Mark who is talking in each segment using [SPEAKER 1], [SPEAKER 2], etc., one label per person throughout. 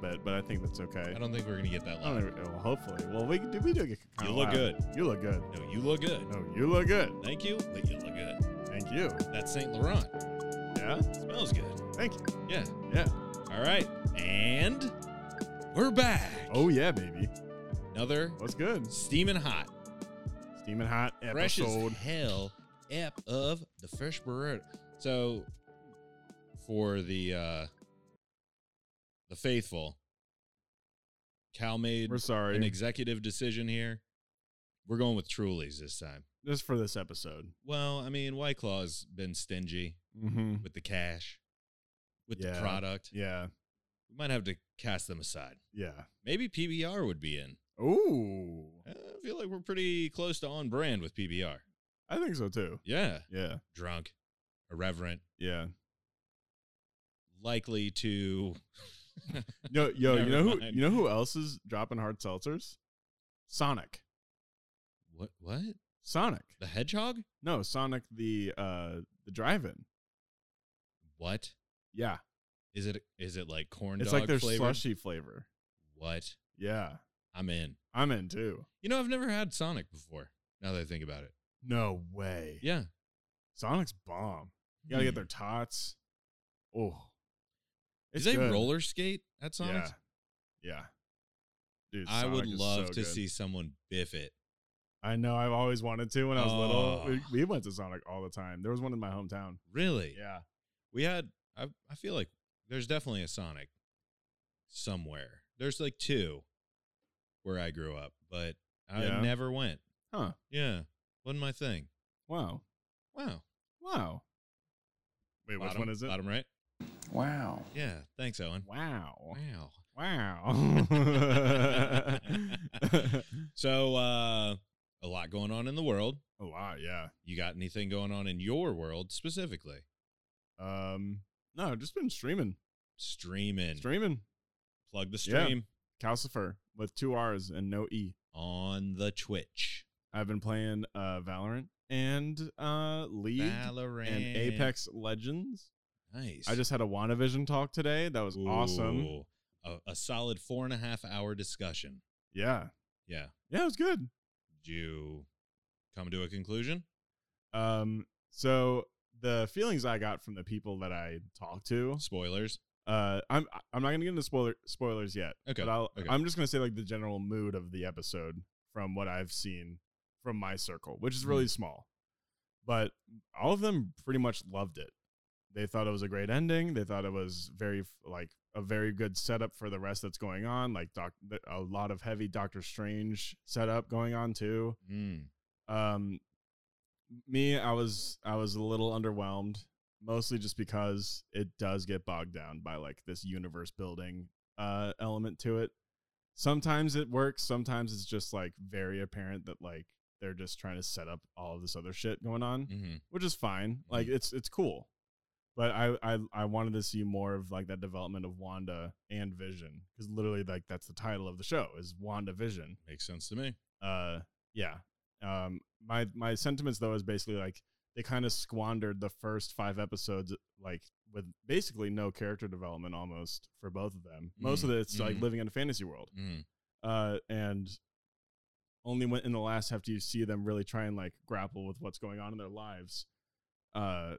[SPEAKER 1] bit, but I think that's okay.
[SPEAKER 2] I don't think we're gonna get that
[SPEAKER 1] I
[SPEAKER 2] loud.
[SPEAKER 1] don't know, well, hopefully. Well, we do. We do get. kinda
[SPEAKER 2] You look
[SPEAKER 1] loud.
[SPEAKER 2] good.
[SPEAKER 1] You look good.
[SPEAKER 2] No, you look good.
[SPEAKER 1] No, you look good.
[SPEAKER 2] Thank you, but you look good.
[SPEAKER 1] Thank you.
[SPEAKER 2] That's Saint Laurent.
[SPEAKER 1] Yeah.
[SPEAKER 2] Smells good.
[SPEAKER 1] Thank you.
[SPEAKER 2] Yeah.
[SPEAKER 1] Yeah.
[SPEAKER 2] All right. And we're back.
[SPEAKER 1] Oh yeah, baby.
[SPEAKER 2] Another
[SPEAKER 1] What's good?
[SPEAKER 2] steaming hot,
[SPEAKER 1] Steaming hot
[SPEAKER 2] fresh as
[SPEAKER 1] episode.
[SPEAKER 2] hell ep of the fresh burrito. So for the uh the faithful, Cal made
[SPEAKER 1] We're sorry.
[SPEAKER 2] an executive decision here. We're going with Truly's this time.
[SPEAKER 1] Just for this episode.
[SPEAKER 2] Well, I mean, White Claw's been stingy
[SPEAKER 1] Mm-hmm.
[SPEAKER 2] with the cash, with
[SPEAKER 1] Yeah.
[SPEAKER 2] the product.
[SPEAKER 1] Yeah.
[SPEAKER 2] We might have to cast them aside.
[SPEAKER 1] Yeah.
[SPEAKER 2] Maybe PBR would be in.
[SPEAKER 1] Ooh.
[SPEAKER 2] I feel like we're pretty close to on brand with PBR.
[SPEAKER 1] I think so too.
[SPEAKER 2] Yeah.
[SPEAKER 1] Yeah.
[SPEAKER 2] Drunk, irreverent,
[SPEAKER 1] Yeah.
[SPEAKER 2] likely to.
[SPEAKER 1] Yo, yo, you
[SPEAKER 2] Never
[SPEAKER 1] know who
[SPEAKER 2] mind.
[SPEAKER 1] you know who else is dropping hard seltzers? Sonic.
[SPEAKER 2] what? What?
[SPEAKER 1] Sonic.
[SPEAKER 2] The hedgehog?
[SPEAKER 1] No, Sonic the uh the drive-in.
[SPEAKER 2] What?
[SPEAKER 1] Yeah.
[SPEAKER 2] Is it? Is it like corn
[SPEAKER 1] It's
[SPEAKER 2] dog
[SPEAKER 1] like their
[SPEAKER 2] flavored?
[SPEAKER 1] slushy flavor.
[SPEAKER 2] What?
[SPEAKER 1] Yeah.
[SPEAKER 2] I'm in.
[SPEAKER 1] I'm in too.
[SPEAKER 2] You know, I've never had Sonic before. Now that I think about it.
[SPEAKER 1] No way.
[SPEAKER 2] Yeah.
[SPEAKER 1] Sonic's bomb. You gotta
[SPEAKER 2] Hmm.
[SPEAKER 1] get their tots. Oh.
[SPEAKER 2] Do
[SPEAKER 1] It's
[SPEAKER 2] they
[SPEAKER 1] good.
[SPEAKER 2] roller skate at
[SPEAKER 1] Yeah.
[SPEAKER 2] Sonic?
[SPEAKER 1] Yeah. Dude,
[SPEAKER 2] I
[SPEAKER 1] Sonic
[SPEAKER 2] would
[SPEAKER 1] is
[SPEAKER 2] love
[SPEAKER 1] so
[SPEAKER 2] to
[SPEAKER 1] good.
[SPEAKER 2] see someone biff it.
[SPEAKER 1] I know. I've always wanted to when I was little.
[SPEAKER 2] Oh.
[SPEAKER 1] We, we went to Sonic all the time. There was one in my hometown.
[SPEAKER 2] Really?
[SPEAKER 1] Yeah.
[SPEAKER 2] We had. I I feel like there's definitely a Sonic somewhere. There's like two where I grew up, but I
[SPEAKER 1] Yeah.
[SPEAKER 2] never went.
[SPEAKER 1] Huh.
[SPEAKER 2] Yeah, wasn't my thing.
[SPEAKER 1] Wow.
[SPEAKER 2] Wow.
[SPEAKER 1] Wow. Wait, which
[SPEAKER 2] Bottom-
[SPEAKER 1] one is it?
[SPEAKER 2] Bottom right.
[SPEAKER 3] Wow.
[SPEAKER 2] Yeah. Thanks, Owen.
[SPEAKER 1] Wow.
[SPEAKER 2] Wow.
[SPEAKER 1] Wow.
[SPEAKER 2] So uh, a lot going on in the world.
[SPEAKER 1] a lot, yeah.
[SPEAKER 2] You got anything going on in your world specifically?
[SPEAKER 1] Um, no, just been streaming,
[SPEAKER 2] Streaming.
[SPEAKER 1] streaming.
[SPEAKER 2] Plug the
[SPEAKER 1] Yeah.
[SPEAKER 2] stream
[SPEAKER 1] Calcifer with two R's and no E.
[SPEAKER 2] on the Twitch.
[SPEAKER 1] I've been playing uh Valorant and uh League
[SPEAKER 2] Valorant
[SPEAKER 1] and Apex Legends.
[SPEAKER 2] Nice.
[SPEAKER 1] I just had a WandaVision talk today. That was awesome.
[SPEAKER 2] Ooh. A, a solid four and a half hour discussion.
[SPEAKER 1] Yeah.
[SPEAKER 2] Yeah.
[SPEAKER 1] Yeah, it was good.
[SPEAKER 2] Did you come to a conclusion?
[SPEAKER 1] Um, so the feelings I got from the people that I talked to,
[SPEAKER 2] Spoilers.
[SPEAKER 1] uh, I'm I'm not gonna get into spoiler spoilers yet.
[SPEAKER 2] Okay,
[SPEAKER 1] But I'll,
[SPEAKER 2] okay.
[SPEAKER 1] I'm just gonna say like the general mood of the episode from what I've seen from my circle, which is
[SPEAKER 2] Mm.
[SPEAKER 1] really small, but all of them pretty much loved it. They thought it was a great ending. They thought it was very f- like a very good setup for the rest that's going on. Like doc, a lot of heavy Doctor Strange setup going on too
[SPEAKER 2] Mm.
[SPEAKER 1] um me i was i was a little underwhelmed mostly just because it does get bogged down by like this universe building uh element to it sometimes it works sometimes it's just like very apparent that like they're just trying to set up all of this other shit going on
[SPEAKER 2] hmm
[SPEAKER 1] which is fine like
[SPEAKER 2] Mhm.
[SPEAKER 1] it's it's cool but I, I i wanted to see more of like that development of wanda and vision because literally like that's the title of the show is wanda vision
[SPEAKER 2] Makes sense to me.
[SPEAKER 1] uh yeah um my my sentiments though is basically like they kind of squandered the first five episodes like with basically no character development almost for both of them most of
[SPEAKER 2] Mm,
[SPEAKER 1] it's like
[SPEAKER 2] mhm.
[SPEAKER 1] living in a fantasy world
[SPEAKER 2] Mm.
[SPEAKER 1] uh and only when in the last half do you see them really try and like grapple with what's going on in their lives uh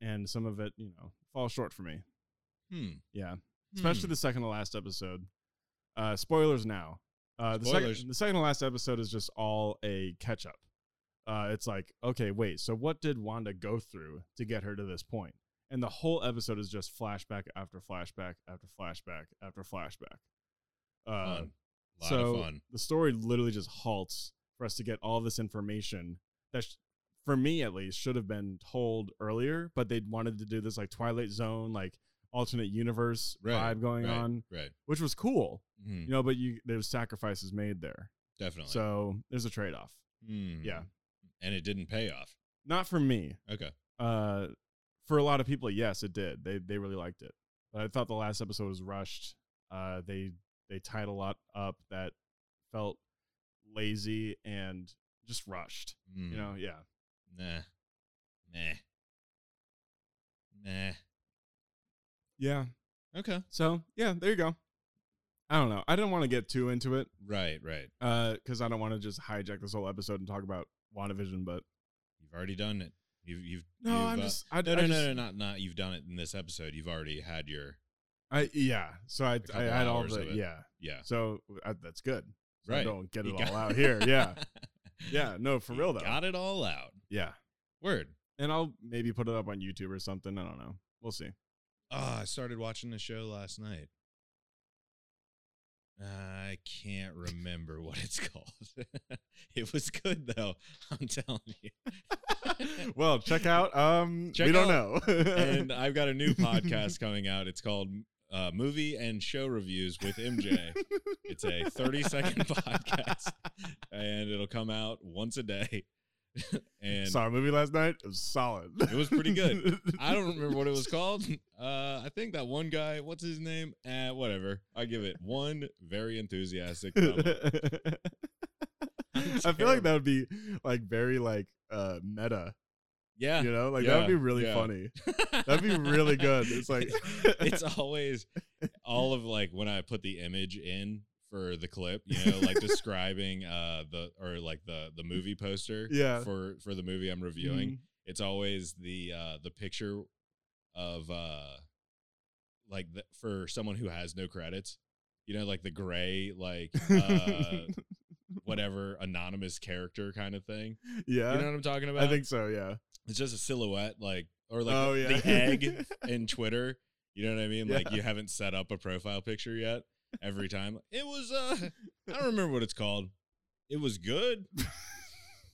[SPEAKER 1] and some of it you know falls short for me
[SPEAKER 2] Hmm.
[SPEAKER 1] yeah especially the second to last episode. Uh, spoilers now. Uh, the,
[SPEAKER 2] Spoilers.
[SPEAKER 1] second, the second to last episode is just all a catch up. Uh, it's like, okay, wait, so what did Wanda go through to get her to this point? And the whole episode is just flashback after flashback after flashback after flashback.
[SPEAKER 2] Hmm.
[SPEAKER 1] Uh,
[SPEAKER 2] Fun. Lot
[SPEAKER 1] so
[SPEAKER 2] of fun.
[SPEAKER 1] the story literally just halts for us to get all this information that, sh- for me at least, should have been told earlier. But they wanted to do this like Twilight Zone, like alternate universe
[SPEAKER 2] Right,
[SPEAKER 1] vibe going
[SPEAKER 2] right,
[SPEAKER 1] on,
[SPEAKER 2] Right.
[SPEAKER 1] which was cool,
[SPEAKER 2] Mhm.
[SPEAKER 1] you know. But you there's sacrifices made there,
[SPEAKER 2] Definitely.
[SPEAKER 1] so there's a trade off.
[SPEAKER 2] Hmm.
[SPEAKER 1] Yeah.
[SPEAKER 2] And it didn't pay off.
[SPEAKER 1] Not for me.
[SPEAKER 2] Okay.
[SPEAKER 1] Uh, for a lot of people, yes, it did. They they really liked it, but I thought the last episode was rushed. Uh, they they tied a lot up that felt lazy and just rushed.
[SPEAKER 2] Mm.
[SPEAKER 1] You know, yeah.
[SPEAKER 2] Nah. Nah. Nah.
[SPEAKER 1] Yeah.
[SPEAKER 2] Okay.
[SPEAKER 1] So yeah, there you go. I don't know. I didn't want to get too into it
[SPEAKER 2] Right, right.
[SPEAKER 1] because I don't want to just hijack this whole episode and talk about WandaVision. But
[SPEAKER 2] You've already done it. You've you've
[SPEAKER 1] no,
[SPEAKER 2] you've,
[SPEAKER 1] I'm
[SPEAKER 2] uh,
[SPEAKER 1] just I,
[SPEAKER 2] no
[SPEAKER 1] I
[SPEAKER 2] no,
[SPEAKER 1] just,
[SPEAKER 2] no no not not you've done it in this episode. You've already had your
[SPEAKER 1] I yeah. So I I
[SPEAKER 2] couple
[SPEAKER 1] had all
[SPEAKER 2] hours
[SPEAKER 1] the
[SPEAKER 2] of it.
[SPEAKER 1] yeah.
[SPEAKER 2] yeah
[SPEAKER 1] So I, that's good. So I
[SPEAKER 2] Right.
[SPEAKER 1] don't get
[SPEAKER 2] You
[SPEAKER 1] it
[SPEAKER 2] got-
[SPEAKER 1] all out here. Yeah. Yeah. No, for
[SPEAKER 2] You
[SPEAKER 1] real though.
[SPEAKER 2] Got it all out.
[SPEAKER 1] Yeah.
[SPEAKER 2] Word.
[SPEAKER 1] And I'll maybe put it up on YouTube or something. I don't know. We'll see.
[SPEAKER 2] Ah, I started watching the show last night. I can't remember what it's called. it was good though. I'm telling you.
[SPEAKER 1] well, check out. Um,
[SPEAKER 2] Check
[SPEAKER 1] we don't know.
[SPEAKER 2] and I've got a new podcast coming out. It's called uh, Movie and Show Reviews with MJ. it's a 30 second podcast, and it'll come out once a day. and
[SPEAKER 1] saw a movie last night. It was solid.
[SPEAKER 2] It was pretty good. I don't remember what it was called. Uh, I think that one guy, what's his name? Eh, whatever. I give it one very enthusiastic. thumb up.
[SPEAKER 1] I feel like
[SPEAKER 2] terrible.
[SPEAKER 1] that would be like very like uh meta,
[SPEAKER 2] yeah.
[SPEAKER 1] you know, like that would be
[SPEAKER 2] yeah,
[SPEAKER 1] really
[SPEAKER 2] yeah.
[SPEAKER 1] funny. That'd be really good. It's like
[SPEAKER 2] it's always all of like when I put the image in for the clip, you know, like describing uh the or like the the movie poster
[SPEAKER 1] Yeah.
[SPEAKER 2] for for the movie I'm reviewing. It's always the uh the picture of uh like the, for someone who has no credits, you know, like the gray like uh whatever anonymous character kind of thing.
[SPEAKER 1] yeah,
[SPEAKER 2] You know what I'm talking about?
[SPEAKER 1] I think so. Yeah,
[SPEAKER 2] it's just a silhouette like or like
[SPEAKER 1] Oh,
[SPEAKER 2] the-
[SPEAKER 1] yeah.
[SPEAKER 2] the egg in Twitter. You know what I mean? Like
[SPEAKER 1] Yeah.
[SPEAKER 2] you haven't set up a profile picture yet. Every time it was, uh, I don't remember what it's called. It was good.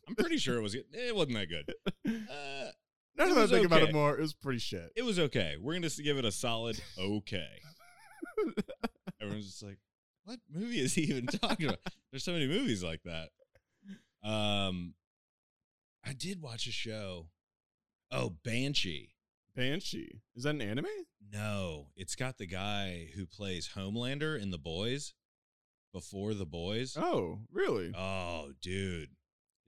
[SPEAKER 2] I'm pretty sure it was. good. It wasn't that good. Uh,
[SPEAKER 1] now
[SPEAKER 2] It
[SPEAKER 1] that I
[SPEAKER 2] was
[SPEAKER 1] think about it
[SPEAKER 2] okay.
[SPEAKER 1] more, it was pretty shit.
[SPEAKER 2] it was okay. We're gonna just give it a solid okay. Everyone's just like, what movie is he even talking about? There's so many movies like that. Um, I did watch a show. Oh, Banshee.
[SPEAKER 1] Banshee is that an anime?
[SPEAKER 2] No, it's got the guy who plays Homelander in The Boys. Before The Boys.
[SPEAKER 1] Oh,
[SPEAKER 2] Oh,
[SPEAKER 1] really?
[SPEAKER 2] dude, the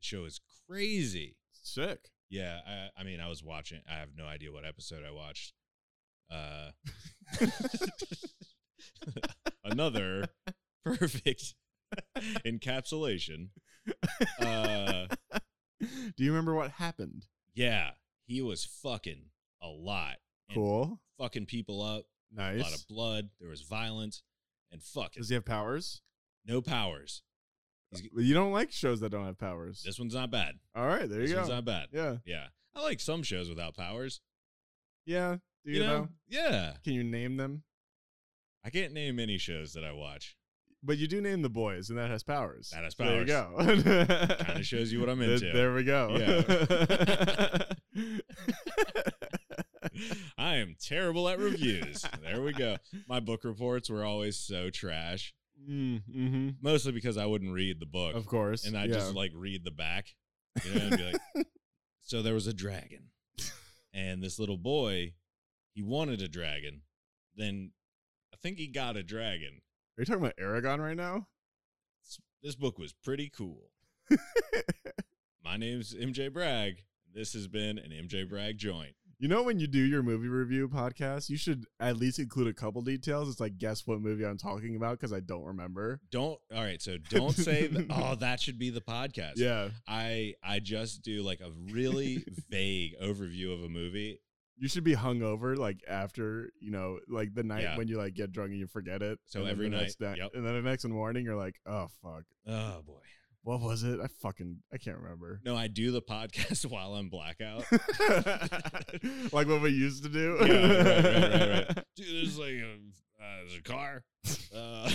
[SPEAKER 2] show is crazy.
[SPEAKER 1] Sick.
[SPEAKER 2] Yeah, I, I mean, I was watching. I have no idea what episode I watched. Uh, another perfect encapsulation. Uh,
[SPEAKER 1] Do you remember what happened?
[SPEAKER 2] yeah, he was fucking a lot, And-
[SPEAKER 1] Cool.
[SPEAKER 2] fucking people up. A lot
[SPEAKER 1] Nice.
[SPEAKER 2] of blood. There was violence, and fucking
[SPEAKER 1] Does he have powers?
[SPEAKER 2] no powers.
[SPEAKER 1] You don't like shows that don't have powers.
[SPEAKER 2] This one's not bad.
[SPEAKER 1] All right, there
[SPEAKER 2] This
[SPEAKER 1] you go.
[SPEAKER 2] one's not bad.
[SPEAKER 1] yeah,
[SPEAKER 2] Yeah, I like some shows without powers.
[SPEAKER 1] yeah. Do you, know?
[SPEAKER 2] Yeah,
[SPEAKER 1] Can you name them?
[SPEAKER 2] I can't name any shows that I watch.
[SPEAKER 1] But you do name the boys, and that has powers.
[SPEAKER 2] That has
[SPEAKER 1] There you go.
[SPEAKER 2] Kind of shows you what I'm
[SPEAKER 1] Th-
[SPEAKER 2] into.
[SPEAKER 1] There we go.
[SPEAKER 2] I am terrible at reviews. There we go. My book reports were always so trash,
[SPEAKER 1] mm, hmm
[SPEAKER 2] mostly because I wouldn't read the book.
[SPEAKER 1] Of course.
[SPEAKER 2] And I
[SPEAKER 1] yeah.
[SPEAKER 2] just like read the back. You know, and be like, so there was a dragon. And this little boy, he wanted a dragon. Then I think he got a dragon.
[SPEAKER 1] Are you talking about Aragon right now?
[SPEAKER 2] S- This book was pretty cool. My name's MJ Bragg. This has been an MJ Bragg joint.
[SPEAKER 1] You know when you do your movie review podcast, you should at least include a couple details. It's like guess what movie I'm talking about because I don't remember.
[SPEAKER 2] Don't all right, so don't say that, oh, that should be the podcast.
[SPEAKER 1] Yeah,
[SPEAKER 2] I I just do like a really vague overview of a movie.
[SPEAKER 1] you should be hungover like after you know like the night
[SPEAKER 2] Yeah.
[SPEAKER 1] when you like get drunk and you forget it.
[SPEAKER 2] So
[SPEAKER 1] and then
[SPEAKER 2] every
[SPEAKER 1] the
[SPEAKER 2] night,
[SPEAKER 1] next day-
[SPEAKER 2] yep.
[SPEAKER 1] and then the next morning you're like, oh fuck,
[SPEAKER 2] Oh boy.
[SPEAKER 1] what was it? I fucking I can't remember.
[SPEAKER 2] No, I do the podcast while I'm blackout.
[SPEAKER 1] like what we used to do.
[SPEAKER 2] Yeah, right, right, right, right. Dude, there's like a, uh, there's a car. Uh,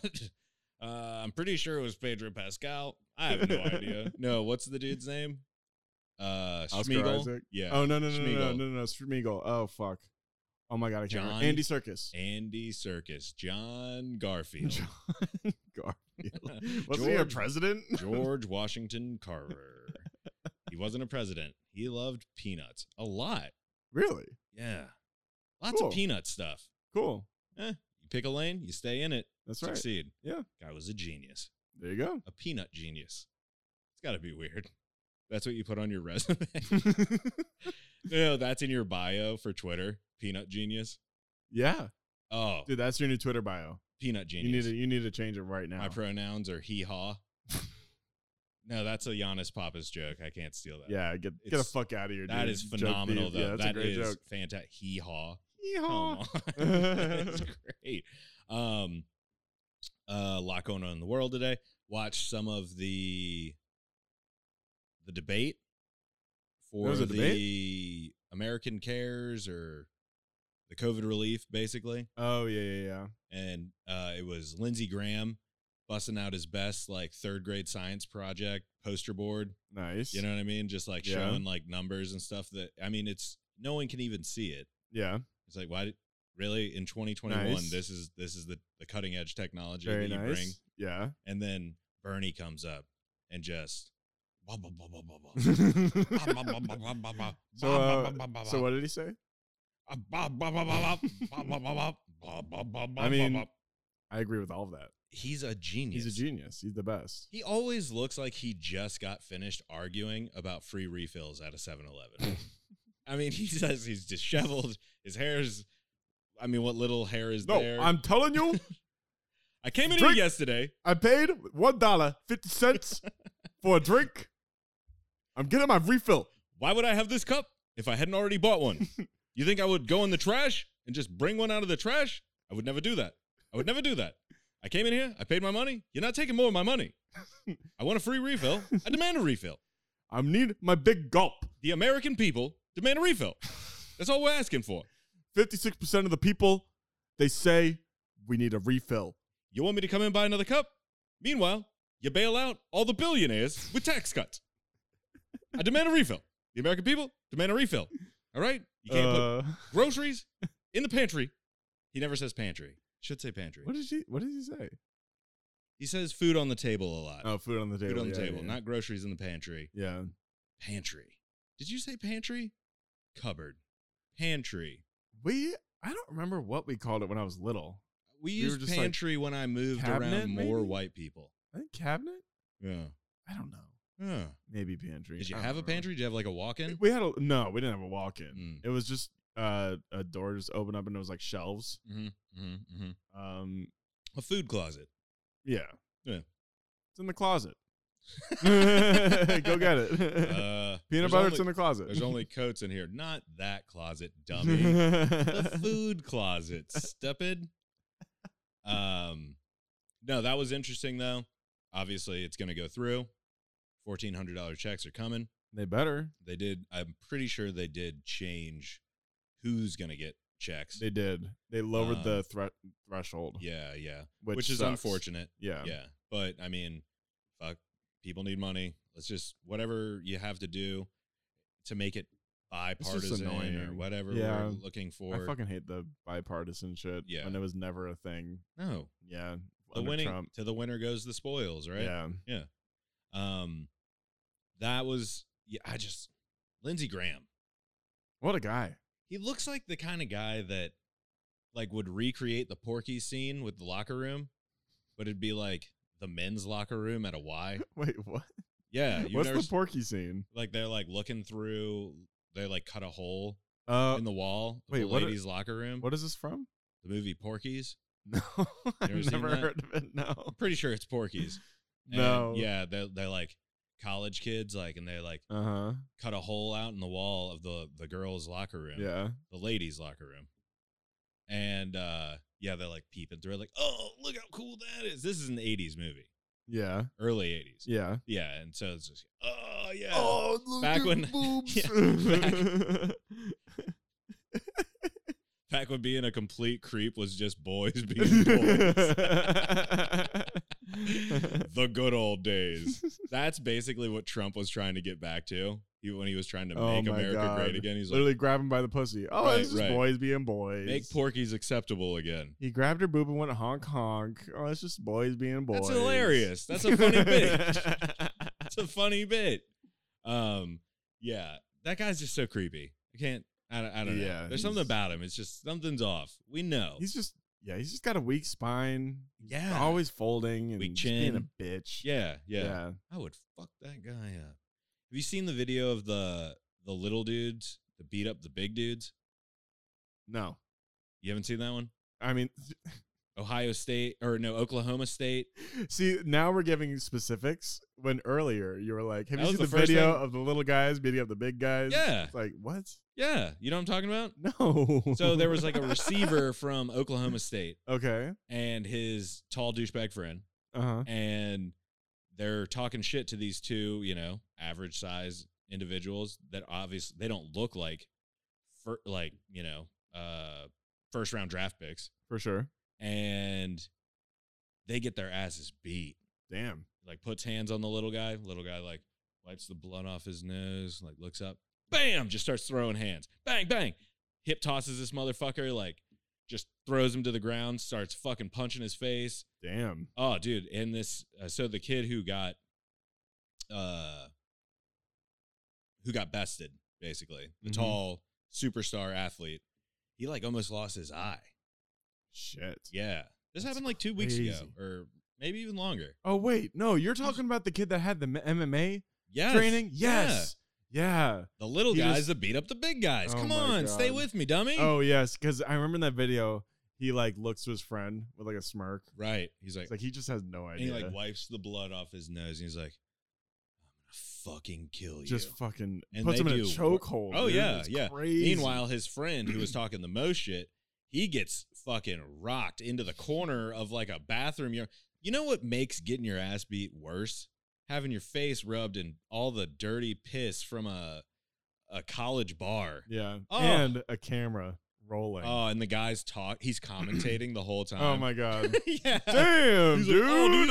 [SPEAKER 2] uh, I'm pretty sure it was Pedro Pascal. I have no idea. No, what's the dude's name? Uh,
[SPEAKER 1] Oscar
[SPEAKER 2] Schmeagle.
[SPEAKER 1] Isaac?
[SPEAKER 2] Yeah.
[SPEAKER 1] Oh no no no no no
[SPEAKER 2] Schmeagle.
[SPEAKER 1] no no Schmeagle. Oh fuck. Oh my god, I can't.
[SPEAKER 2] John-
[SPEAKER 1] remember. Andy Circus.
[SPEAKER 2] Andy Circus, John Garfield,
[SPEAKER 1] John Garfield. Wasn't he a
[SPEAKER 2] George-
[SPEAKER 1] president?
[SPEAKER 2] George Washington Carver. he wasn't a president. He loved peanuts a lot.
[SPEAKER 1] Really?
[SPEAKER 2] Yeah, lots
[SPEAKER 1] Cool.
[SPEAKER 2] of peanut stuff.
[SPEAKER 1] Cool.
[SPEAKER 2] You pick a lane, you stay in it,
[SPEAKER 1] That's right.
[SPEAKER 2] succeed.
[SPEAKER 1] Yeah.
[SPEAKER 2] guy was a genius.
[SPEAKER 1] There you go.
[SPEAKER 2] a peanut genius. It's got to be weird. That's what you put on your resume. no, that's in your bio for Twitter. Peanut genius.
[SPEAKER 1] Yeah.
[SPEAKER 2] Oh,
[SPEAKER 1] Dude, that's your new Twitter bio.
[SPEAKER 2] Peanut
[SPEAKER 1] You need
[SPEAKER 2] Genius.
[SPEAKER 1] to you need to change it right now.
[SPEAKER 2] My pronouns are he haw. no, that's a Giannis Papas joke. I can't steal that.
[SPEAKER 1] yeah, get get the
[SPEAKER 2] It's-
[SPEAKER 1] fuck out of here.
[SPEAKER 2] That
[SPEAKER 1] dude.
[SPEAKER 2] is
[SPEAKER 1] Joke
[SPEAKER 2] phenomenal,
[SPEAKER 1] thief.
[SPEAKER 2] though.
[SPEAKER 1] Yeah, that's a
[SPEAKER 2] That
[SPEAKER 1] great
[SPEAKER 2] is
[SPEAKER 1] joke.
[SPEAKER 2] fantastic. Hee haw. Come
[SPEAKER 1] Yeehaw.
[SPEAKER 2] on. That's great. Um, uh, a lot going on in the world today. Watch some of the the debate for
[SPEAKER 1] was a
[SPEAKER 2] the American Cares or the COVID relief, basically.
[SPEAKER 1] Oh yeah, yeah, yeah.
[SPEAKER 2] And uh, it was Lindsey Graham busting out his best like third grade science project poster board.
[SPEAKER 1] Nice.
[SPEAKER 2] You know what I mean? Just like
[SPEAKER 1] Yeah.
[SPEAKER 2] showing like numbers and stuff that I mean, it's no one can even see it.
[SPEAKER 1] Yeah.
[SPEAKER 2] It's like why did, really in 2021
[SPEAKER 1] Nice.
[SPEAKER 2] this is this is the the cutting edge technology
[SPEAKER 1] Very
[SPEAKER 2] that you
[SPEAKER 1] nice.
[SPEAKER 2] bring,
[SPEAKER 1] Yeah.
[SPEAKER 2] and then Bernie comes up and just. bah, bah, bah, bah, bah, bah. Ah, bah, bah, bah,
[SPEAKER 1] so,
[SPEAKER 2] bah, bah, bah. Bah, bah, bah, bah,
[SPEAKER 1] uh, so
[SPEAKER 2] bah.
[SPEAKER 1] what did he say?
[SPEAKER 2] Ah, bah, bah, bah, bah, bah. Bah, bah, bah, bah. Bah, bah, bah, bah,
[SPEAKER 1] I mean-
[SPEAKER 2] bah, bah.
[SPEAKER 1] I agree with all of that.
[SPEAKER 2] he's a genius.
[SPEAKER 1] He's a genius. He's the best.
[SPEAKER 2] He always looks like he just got finished arguing about free refills at a 7 Eleven. I mean, he says he's disheveled. His hair's, I mean, what little hair is
[SPEAKER 1] No,
[SPEAKER 2] there?
[SPEAKER 1] I'm telling you,
[SPEAKER 2] I came in
[SPEAKER 1] Drink-
[SPEAKER 2] here yesterday.
[SPEAKER 1] I paid one dollar fifty cents for a drink. I'm getting my refill.
[SPEAKER 2] Why would I have this cup if I hadn't already bought one? you think I would go in the trash and just bring one out of the trash? I would never do that. I would never do that. I came in here. I paid my money. You're not taking more of my money. I want a free refill. I demand a refill.
[SPEAKER 1] I need my big gulp.
[SPEAKER 2] The American people demand a refill. That's all we're asking for.
[SPEAKER 1] Fifty-six percent of the people, they say we need a refill.
[SPEAKER 2] You want me to come in and buy another cup? Meanwhile, you bail out all the billionaires with tax cuts. I demand a refill. The American people demand a refill. All right? You can't put
[SPEAKER 1] Uh,
[SPEAKER 2] groceries in the pantry. He never says pantry. Should say pantry.
[SPEAKER 1] what did she? What did he say?
[SPEAKER 2] He says food on the table a lot.
[SPEAKER 1] Oh, food on the table.
[SPEAKER 2] Uh, food on the
[SPEAKER 1] yeah,
[SPEAKER 2] table,
[SPEAKER 1] yeah,
[SPEAKER 2] not groceries in the pantry.
[SPEAKER 1] yeah.
[SPEAKER 2] Pantry. Did you say pantry? Cupboard. Pantry.
[SPEAKER 1] We. I don't remember what we called it when I was little.
[SPEAKER 2] We
[SPEAKER 1] We were
[SPEAKER 2] used
[SPEAKER 1] just like
[SPEAKER 2] pantry when I moved
[SPEAKER 1] cabinet,
[SPEAKER 2] around more
[SPEAKER 1] maybe?
[SPEAKER 2] white people.
[SPEAKER 1] I think cabinet.
[SPEAKER 2] Yeah.
[SPEAKER 1] I don't know.
[SPEAKER 2] yeah.
[SPEAKER 1] Maybe pantry.
[SPEAKER 2] Did you
[SPEAKER 1] I don't
[SPEAKER 2] have a
[SPEAKER 1] remember.
[SPEAKER 2] pantry? Did you have like a walk in?
[SPEAKER 1] We had a no. We didn't have a walk-in.
[SPEAKER 2] Mm.
[SPEAKER 1] It was just uh, a door just opened up and it was like shelves.
[SPEAKER 2] Mm-hmm, mm-hmm, mm-hmm.
[SPEAKER 1] Um,
[SPEAKER 2] A food closet.
[SPEAKER 1] yeah,
[SPEAKER 2] Yeah.
[SPEAKER 1] It's in the closet. Go get it.
[SPEAKER 2] Uh,
[SPEAKER 1] Peanut
[SPEAKER 2] there's
[SPEAKER 1] butter.
[SPEAKER 2] only-
[SPEAKER 1] it's in the closet.
[SPEAKER 2] There's only coats in here. Not that closet, dummy. the food closet, stupid. Um, no, that was interesting though. Obviously, it's going to go through. Fourteen hundred dollar checks are coming.
[SPEAKER 1] they better.
[SPEAKER 2] They did. I'm pretty sure they did change who's going to get checks.
[SPEAKER 1] They did. They lowered
[SPEAKER 2] Um,
[SPEAKER 1] the thre- threshold.
[SPEAKER 2] yeah, yeah,
[SPEAKER 1] which,
[SPEAKER 2] which is
[SPEAKER 1] sucks.
[SPEAKER 2] unfortunate.
[SPEAKER 1] Yeah.
[SPEAKER 2] Yeah. But I mean, fuck, people need money. Let's just whatever you have to do to make it
[SPEAKER 1] just
[SPEAKER 2] bipartisan or
[SPEAKER 1] annoying.
[SPEAKER 2] whatever
[SPEAKER 1] Yeah.
[SPEAKER 2] we're looking for.
[SPEAKER 1] I fucking hate the bipartisan shit.
[SPEAKER 2] Yeah.
[SPEAKER 1] when it was never a thing.
[SPEAKER 2] no.
[SPEAKER 1] Yeah,
[SPEAKER 2] The
[SPEAKER 1] under
[SPEAKER 2] winning
[SPEAKER 1] Trump.
[SPEAKER 2] to the winner goes the spoils, right?
[SPEAKER 1] Yeah,
[SPEAKER 2] Um that was yeah, I just Lindsey Graham.
[SPEAKER 1] what a guy.
[SPEAKER 2] He looks like the kind of guy that like would recreate the Porky scene with the locker room, but it'd be like the men's locker room at a Y.
[SPEAKER 1] Wait, what?
[SPEAKER 2] Yeah, you've
[SPEAKER 1] What's
[SPEAKER 2] never
[SPEAKER 1] the Porky scene?
[SPEAKER 2] like they're like looking through they like cut a hole
[SPEAKER 1] Uh,
[SPEAKER 2] in the wall of
[SPEAKER 1] wait,
[SPEAKER 2] the
[SPEAKER 1] what are-
[SPEAKER 2] ladies locker room
[SPEAKER 1] what is this from?
[SPEAKER 2] the movie porky's
[SPEAKER 1] No,
[SPEAKER 2] ever
[SPEAKER 1] I've
[SPEAKER 2] seen
[SPEAKER 1] never
[SPEAKER 2] that?
[SPEAKER 1] heard of it. No,
[SPEAKER 2] i'm pretty sure it's porky's And,
[SPEAKER 1] no.
[SPEAKER 2] yeah they're, they're like college kids like and they like
[SPEAKER 1] Uh huh.
[SPEAKER 2] cut a hole out in the wall of the the girls locker room
[SPEAKER 1] Yeah.
[SPEAKER 2] the ladies locker room and uh yeah they're like peeping through it like oh look how cool that is this is an 80s movie
[SPEAKER 1] Yeah.
[SPEAKER 2] early 80s
[SPEAKER 1] Yeah.
[SPEAKER 2] yeah and so it's just oh yeah
[SPEAKER 1] look
[SPEAKER 2] Back
[SPEAKER 1] at
[SPEAKER 2] when-
[SPEAKER 1] boobs.
[SPEAKER 2] Yeah, back when being a complete creep was just boys being boys the good old days. That's basically what Trump was trying to get back to. He, when he was trying to
[SPEAKER 1] Oh
[SPEAKER 2] make
[SPEAKER 1] my
[SPEAKER 2] America
[SPEAKER 1] God.
[SPEAKER 2] great again, he's like,
[SPEAKER 1] Literally grab him by the pussy. Oh,
[SPEAKER 2] Right,
[SPEAKER 1] it's just
[SPEAKER 2] right.
[SPEAKER 1] boys being boys.
[SPEAKER 2] make Porky's acceptable again.
[SPEAKER 1] he grabbed her boob and went honk honk. Oh, it's just boys being boys.
[SPEAKER 2] That's hilarious. That's a funny bit. That's a funny bit. Um, yeah, that guy's just so creepy. I can't. I, don't- I don't know.
[SPEAKER 1] Yeah,
[SPEAKER 2] There's something
[SPEAKER 1] he's-
[SPEAKER 2] about him. It's just something's off. We know.
[SPEAKER 1] he's just yeah. He's just got a weak spine. He's
[SPEAKER 2] Yeah.
[SPEAKER 1] Always folding and
[SPEAKER 2] Weak
[SPEAKER 1] just being
[SPEAKER 2] chin.
[SPEAKER 1] a bitch.
[SPEAKER 2] yeah, yeah,
[SPEAKER 1] Yeah.
[SPEAKER 2] I would fuck that guy up. Have you seen the video of the the little dudes that beat up the big dudes?
[SPEAKER 1] No.
[SPEAKER 2] You haven't seen that one?
[SPEAKER 1] I mean,
[SPEAKER 2] Ohio State or no Oklahoma State.
[SPEAKER 1] See, now we're giving specifics when earlier you were like, Have
[SPEAKER 2] That
[SPEAKER 1] you
[SPEAKER 2] was
[SPEAKER 1] seen the,
[SPEAKER 2] the first
[SPEAKER 1] video
[SPEAKER 2] thing-
[SPEAKER 1] of the little guys beating up the big guys?
[SPEAKER 2] Yeah.
[SPEAKER 1] It's like, what?
[SPEAKER 2] Yeah, you know what I'm talking about.
[SPEAKER 1] No.
[SPEAKER 2] So there was like a receiver from Oklahoma State
[SPEAKER 1] okay.
[SPEAKER 2] and his tall douchebag friend,
[SPEAKER 1] Uh huh.
[SPEAKER 2] and they're talking shit to these two, you know, average size individuals that obviously they don't look like, fir- like you know, uh, first round draft picks,
[SPEAKER 1] For sure.
[SPEAKER 2] and they get their asses beat.
[SPEAKER 1] Damn.
[SPEAKER 2] like puts hands on the little guy. Little guy like wipes the blood off his nose, like looks up, bam, just starts throwing hands. Bang, bang. Hip tosses this motherfucker, like just throws him to the ground, starts fucking punching his face.
[SPEAKER 1] Damn.
[SPEAKER 2] Oh, dude. And this, uh, so the kid who got, uh, who got bested, basically, the
[SPEAKER 1] Mhm.
[SPEAKER 2] tall superstar athlete, he like almost lost his eye.
[SPEAKER 1] Shit.
[SPEAKER 2] Yeah. This
[SPEAKER 1] That's
[SPEAKER 2] happened like two weeks ago
[SPEAKER 1] crazy.
[SPEAKER 2] or maybe even longer.
[SPEAKER 1] Oh wait, no, you're talking about the kid that had the m- MMA
[SPEAKER 2] Yes.
[SPEAKER 1] training.
[SPEAKER 2] Yeah.
[SPEAKER 1] Yes. Yeah.
[SPEAKER 2] The little
[SPEAKER 1] He
[SPEAKER 2] guys
[SPEAKER 1] just-
[SPEAKER 2] that beat up the big guys.
[SPEAKER 1] Oh
[SPEAKER 2] Come
[SPEAKER 1] my
[SPEAKER 2] on, stay
[SPEAKER 1] God.
[SPEAKER 2] with me, dummy.
[SPEAKER 1] Oh yes, because I remember in that video, he like looks to his friend with like a smirk.
[SPEAKER 2] right. He's like,
[SPEAKER 1] It's like he just has no
[SPEAKER 2] and
[SPEAKER 1] idea.
[SPEAKER 2] he like wipes the blood off his nose, and he's like, "I'm gonna fucking kill you."
[SPEAKER 1] just fucking
[SPEAKER 2] And
[SPEAKER 1] puts
[SPEAKER 2] they
[SPEAKER 1] him in a
[SPEAKER 2] do.
[SPEAKER 1] chokehold.
[SPEAKER 2] Oh,
[SPEAKER 1] dude.
[SPEAKER 2] yeah,
[SPEAKER 1] It's
[SPEAKER 2] yeah.
[SPEAKER 1] Crazy.
[SPEAKER 2] Meanwhile, his friend who was talking the most shit, he gets fucking rocked into the corner of like a bathroom. You you know what makes getting your ass beat worse? Having your face rubbed in all the dirty piss from a a college bar.
[SPEAKER 1] yeah,
[SPEAKER 2] Oh.
[SPEAKER 1] and a camera rolling.
[SPEAKER 2] Oh, and the guy's talk. He's commentating the whole time.
[SPEAKER 1] Oh, my god.
[SPEAKER 2] yeah.
[SPEAKER 1] Damn,
[SPEAKER 2] He's
[SPEAKER 1] dude.
[SPEAKER 2] like, "Oh, these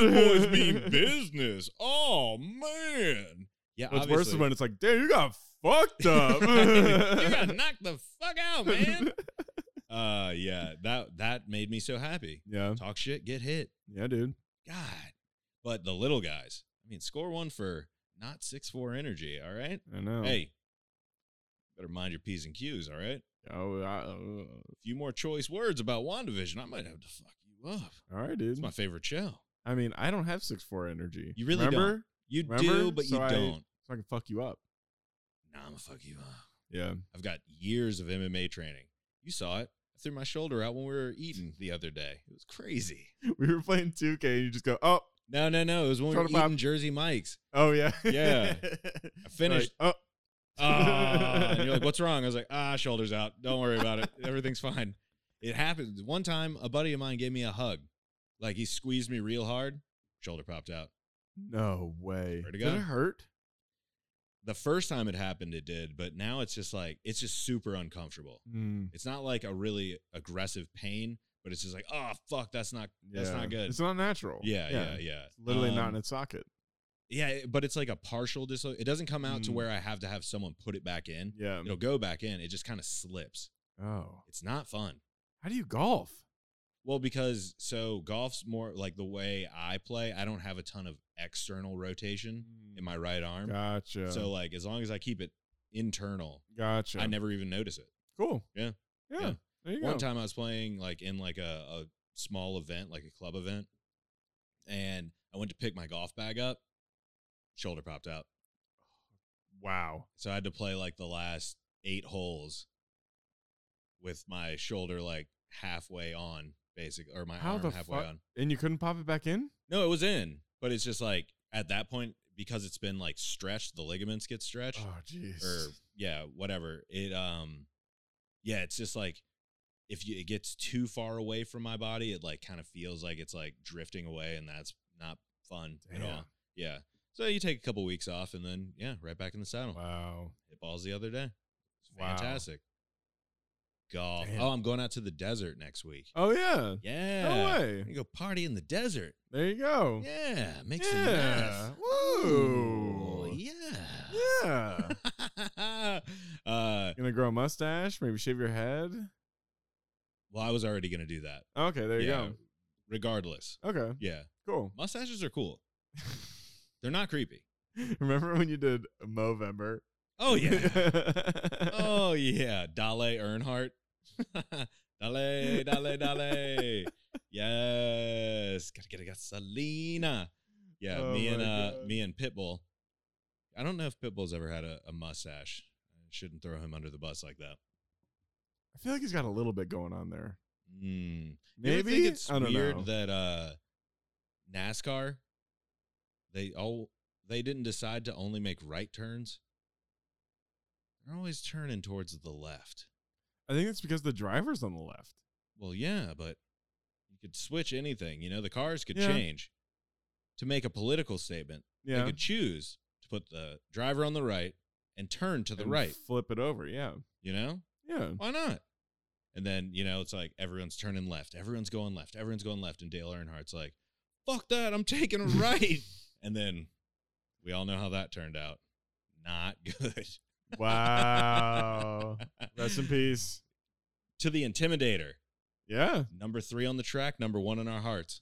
[SPEAKER 2] boys mean business. Oh man. Yeah,
[SPEAKER 1] What's worse
[SPEAKER 2] obviously.
[SPEAKER 1] is when it's like, damn, you got fucked up.
[SPEAKER 2] you got knocked the fuck out, man. uh, yeah, that that made me so happy.
[SPEAKER 1] yeah,
[SPEAKER 2] Talk shit, get hit.
[SPEAKER 1] yeah, dude.
[SPEAKER 2] God, but the little guys. I mean, score one for not six four energy. All right.
[SPEAKER 1] I know.
[SPEAKER 2] Hey, better mind your p's and q's. All right.
[SPEAKER 1] Oh, I, uh,
[SPEAKER 2] A few more choice words about Wandavision. I might have to fuck you up.
[SPEAKER 1] all right,
[SPEAKER 2] It's
[SPEAKER 1] dude.
[SPEAKER 2] my favorite show.
[SPEAKER 1] I mean, I don't have six four energy.
[SPEAKER 2] You really
[SPEAKER 1] Remember?
[SPEAKER 2] don't. You do,
[SPEAKER 1] Remember?
[SPEAKER 2] but
[SPEAKER 1] So
[SPEAKER 2] you
[SPEAKER 1] I-
[SPEAKER 2] don't.
[SPEAKER 1] So I can fuck you up.
[SPEAKER 2] Nah, I'm gonna fuck you up.
[SPEAKER 1] Yeah.
[SPEAKER 2] I've got years of MMA training. You saw it. I threw my shoulder out when we were eating the other day. It was crazy.
[SPEAKER 1] we were playing 2K and you just go, oh,
[SPEAKER 2] No, no, no. It was when we were
[SPEAKER 1] Shoulder pop.
[SPEAKER 2] eating Jersey Mike's.
[SPEAKER 1] oh yeah,
[SPEAKER 2] Yeah. I finished.
[SPEAKER 1] Like, "Oh,
[SPEAKER 2] Ah, and you're like, what's wrong? I was like, ah, shoulder's out. Don't worry about it. Everything's fine. It happened. One time, a buddy of mine gave me a hug. Like he squeezed me real hard. Shoulder popped out.
[SPEAKER 1] oh, no way.
[SPEAKER 2] Where'd it
[SPEAKER 1] Did
[SPEAKER 2] go?
[SPEAKER 1] it hurt?
[SPEAKER 2] The first time it happened, it did. But now it's just like, it's just super uncomfortable.
[SPEAKER 1] Mm,
[SPEAKER 2] It's not like a really aggressive pain, but it's just like, oh, fuck, that's not, that's
[SPEAKER 1] yeah.
[SPEAKER 2] not good.
[SPEAKER 1] It's not natural.
[SPEAKER 2] Yeah, yeah, yeah.
[SPEAKER 1] It's literally not in
[SPEAKER 2] Um,
[SPEAKER 1] its socket.
[SPEAKER 2] yeah, it- but it's like a partial dislocation. It doesn't come out to
[SPEAKER 1] Mm.
[SPEAKER 2] where I have to have someone put it back in.
[SPEAKER 1] Yeah.
[SPEAKER 2] It'll go back in. It just kind of slips.
[SPEAKER 1] Oh,
[SPEAKER 2] It's not fun.
[SPEAKER 1] how do you golf?
[SPEAKER 2] Well, because so golf's more like the way I play. I don't have a ton of external rotation in my right arm.
[SPEAKER 1] Mm. Gotcha.
[SPEAKER 2] So like as long as I keep it internal,
[SPEAKER 1] gotcha.
[SPEAKER 2] I never even notice it.
[SPEAKER 1] Cool.
[SPEAKER 2] Yeah.
[SPEAKER 1] Yeah.
[SPEAKER 2] Yeah.
[SPEAKER 1] There you go.
[SPEAKER 2] One time I was playing like in like a, a small event, like a club event, and I went to pick my golf bag up, shoulder popped out.
[SPEAKER 1] Wow.
[SPEAKER 2] So I had to play like the last eight holes with my shoulder like halfway on, basic or my
[SPEAKER 1] How
[SPEAKER 2] arm
[SPEAKER 1] the
[SPEAKER 2] halfway
[SPEAKER 1] fuck-
[SPEAKER 2] on.
[SPEAKER 1] And you couldn't pop it back in?
[SPEAKER 2] No, it was in, but it's just like at that point because it's been like stretched, the ligaments get stretched
[SPEAKER 1] Oh, jeez.
[SPEAKER 2] or yeah, whatever. It um, yeah, it's just like if you, it gets too far away from my body, it like kind of feels like it's like drifting away, and that's not fun at all.
[SPEAKER 1] Damn.
[SPEAKER 2] Yeah. So you take a couple weeks off, and then yeah, right back in the saddle
[SPEAKER 1] Wow.
[SPEAKER 2] hit balls the other day. It's
[SPEAKER 1] Wow.
[SPEAKER 2] fantastic. Golf.
[SPEAKER 1] Damn.
[SPEAKER 2] Oh, I'm going out to the desert next week.
[SPEAKER 1] Oh, yeah.
[SPEAKER 2] Yeah.
[SPEAKER 1] No way.
[SPEAKER 2] You go party in the desert.
[SPEAKER 1] There you go.
[SPEAKER 2] Yeah. Make
[SPEAKER 1] Yeah.
[SPEAKER 2] some meth.
[SPEAKER 1] Woo.
[SPEAKER 2] Ooh,
[SPEAKER 1] yeah.
[SPEAKER 2] Yeah. uh,
[SPEAKER 1] Gonna grow a mustache, maybe shave your head.
[SPEAKER 2] well, I was already going to do that.
[SPEAKER 1] Okay, there you
[SPEAKER 2] Yeah. Regardless.
[SPEAKER 1] go. Okay,
[SPEAKER 2] Yeah.
[SPEAKER 1] cool.
[SPEAKER 2] Mustaches are cool. They're not creepy.
[SPEAKER 1] Remember when you did Movember?
[SPEAKER 2] Oh, yeah. oh, yeah. Dale Earnhardt. dale, dale, dale. Yes, gotta get a gasolina. Yeah,
[SPEAKER 1] Oh
[SPEAKER 2] me and
[SPEAKER 1] my
[SPEAKER 2] uh,
[SPEAKER 1] God.
[SPEAKER 2] me and Pitbull. I don't know if Pitbull's ever had a, a mustache. I shouldn't throw him under the bus like that.
[SPEAKER 1] I feel like he's got a little bit going on there.
[SPEAKER 2] Mm. You ever
[SPEAKER 1] Maybe
[SPEAKER 2] think it's
[SPEAKER 1] I don't
[SPEAKER 2] weird
[SPEAKER 1] know.
[SPEAKER 2] that uh, NASCAR they all they didn't decide to only make right turns. They're always turning towards the left.
[SPEAKER 1] I think it's because the driver's on the left.
[SPEAKER 2] Well, yeah, but you could switch anything. You know, the cars could
[SPEAKER 1] Yeah.
[SPEAKER 2] change. To make a political statement, they
[SPEAKER 1] Yeah,
[SPEAKER 2] could choose to put the driver on the right and turn to the
[SPEAKER 1] and
[SPEAKER 2] right.
[SPEAKER 1] Flip it over. Yeah,
[SPEAKER 2] You know,
[SPEAKER 1] yeah.
[SPEAKER 2] why not? And then you know, it's like everyone's turning left, everyone's going left, everyone's going left, and Dale Earnhardt's like, "Fuck that, I'm taking a right." and then we all know how that turned out. Not good.
[SPEAKER 1] Wow. Rest in peace.
[SPEAKER 2] to the Intimidator,
[SPEAKER 1] Yeah.
[SPEAKER 2] number three on the track, number one in our hearts.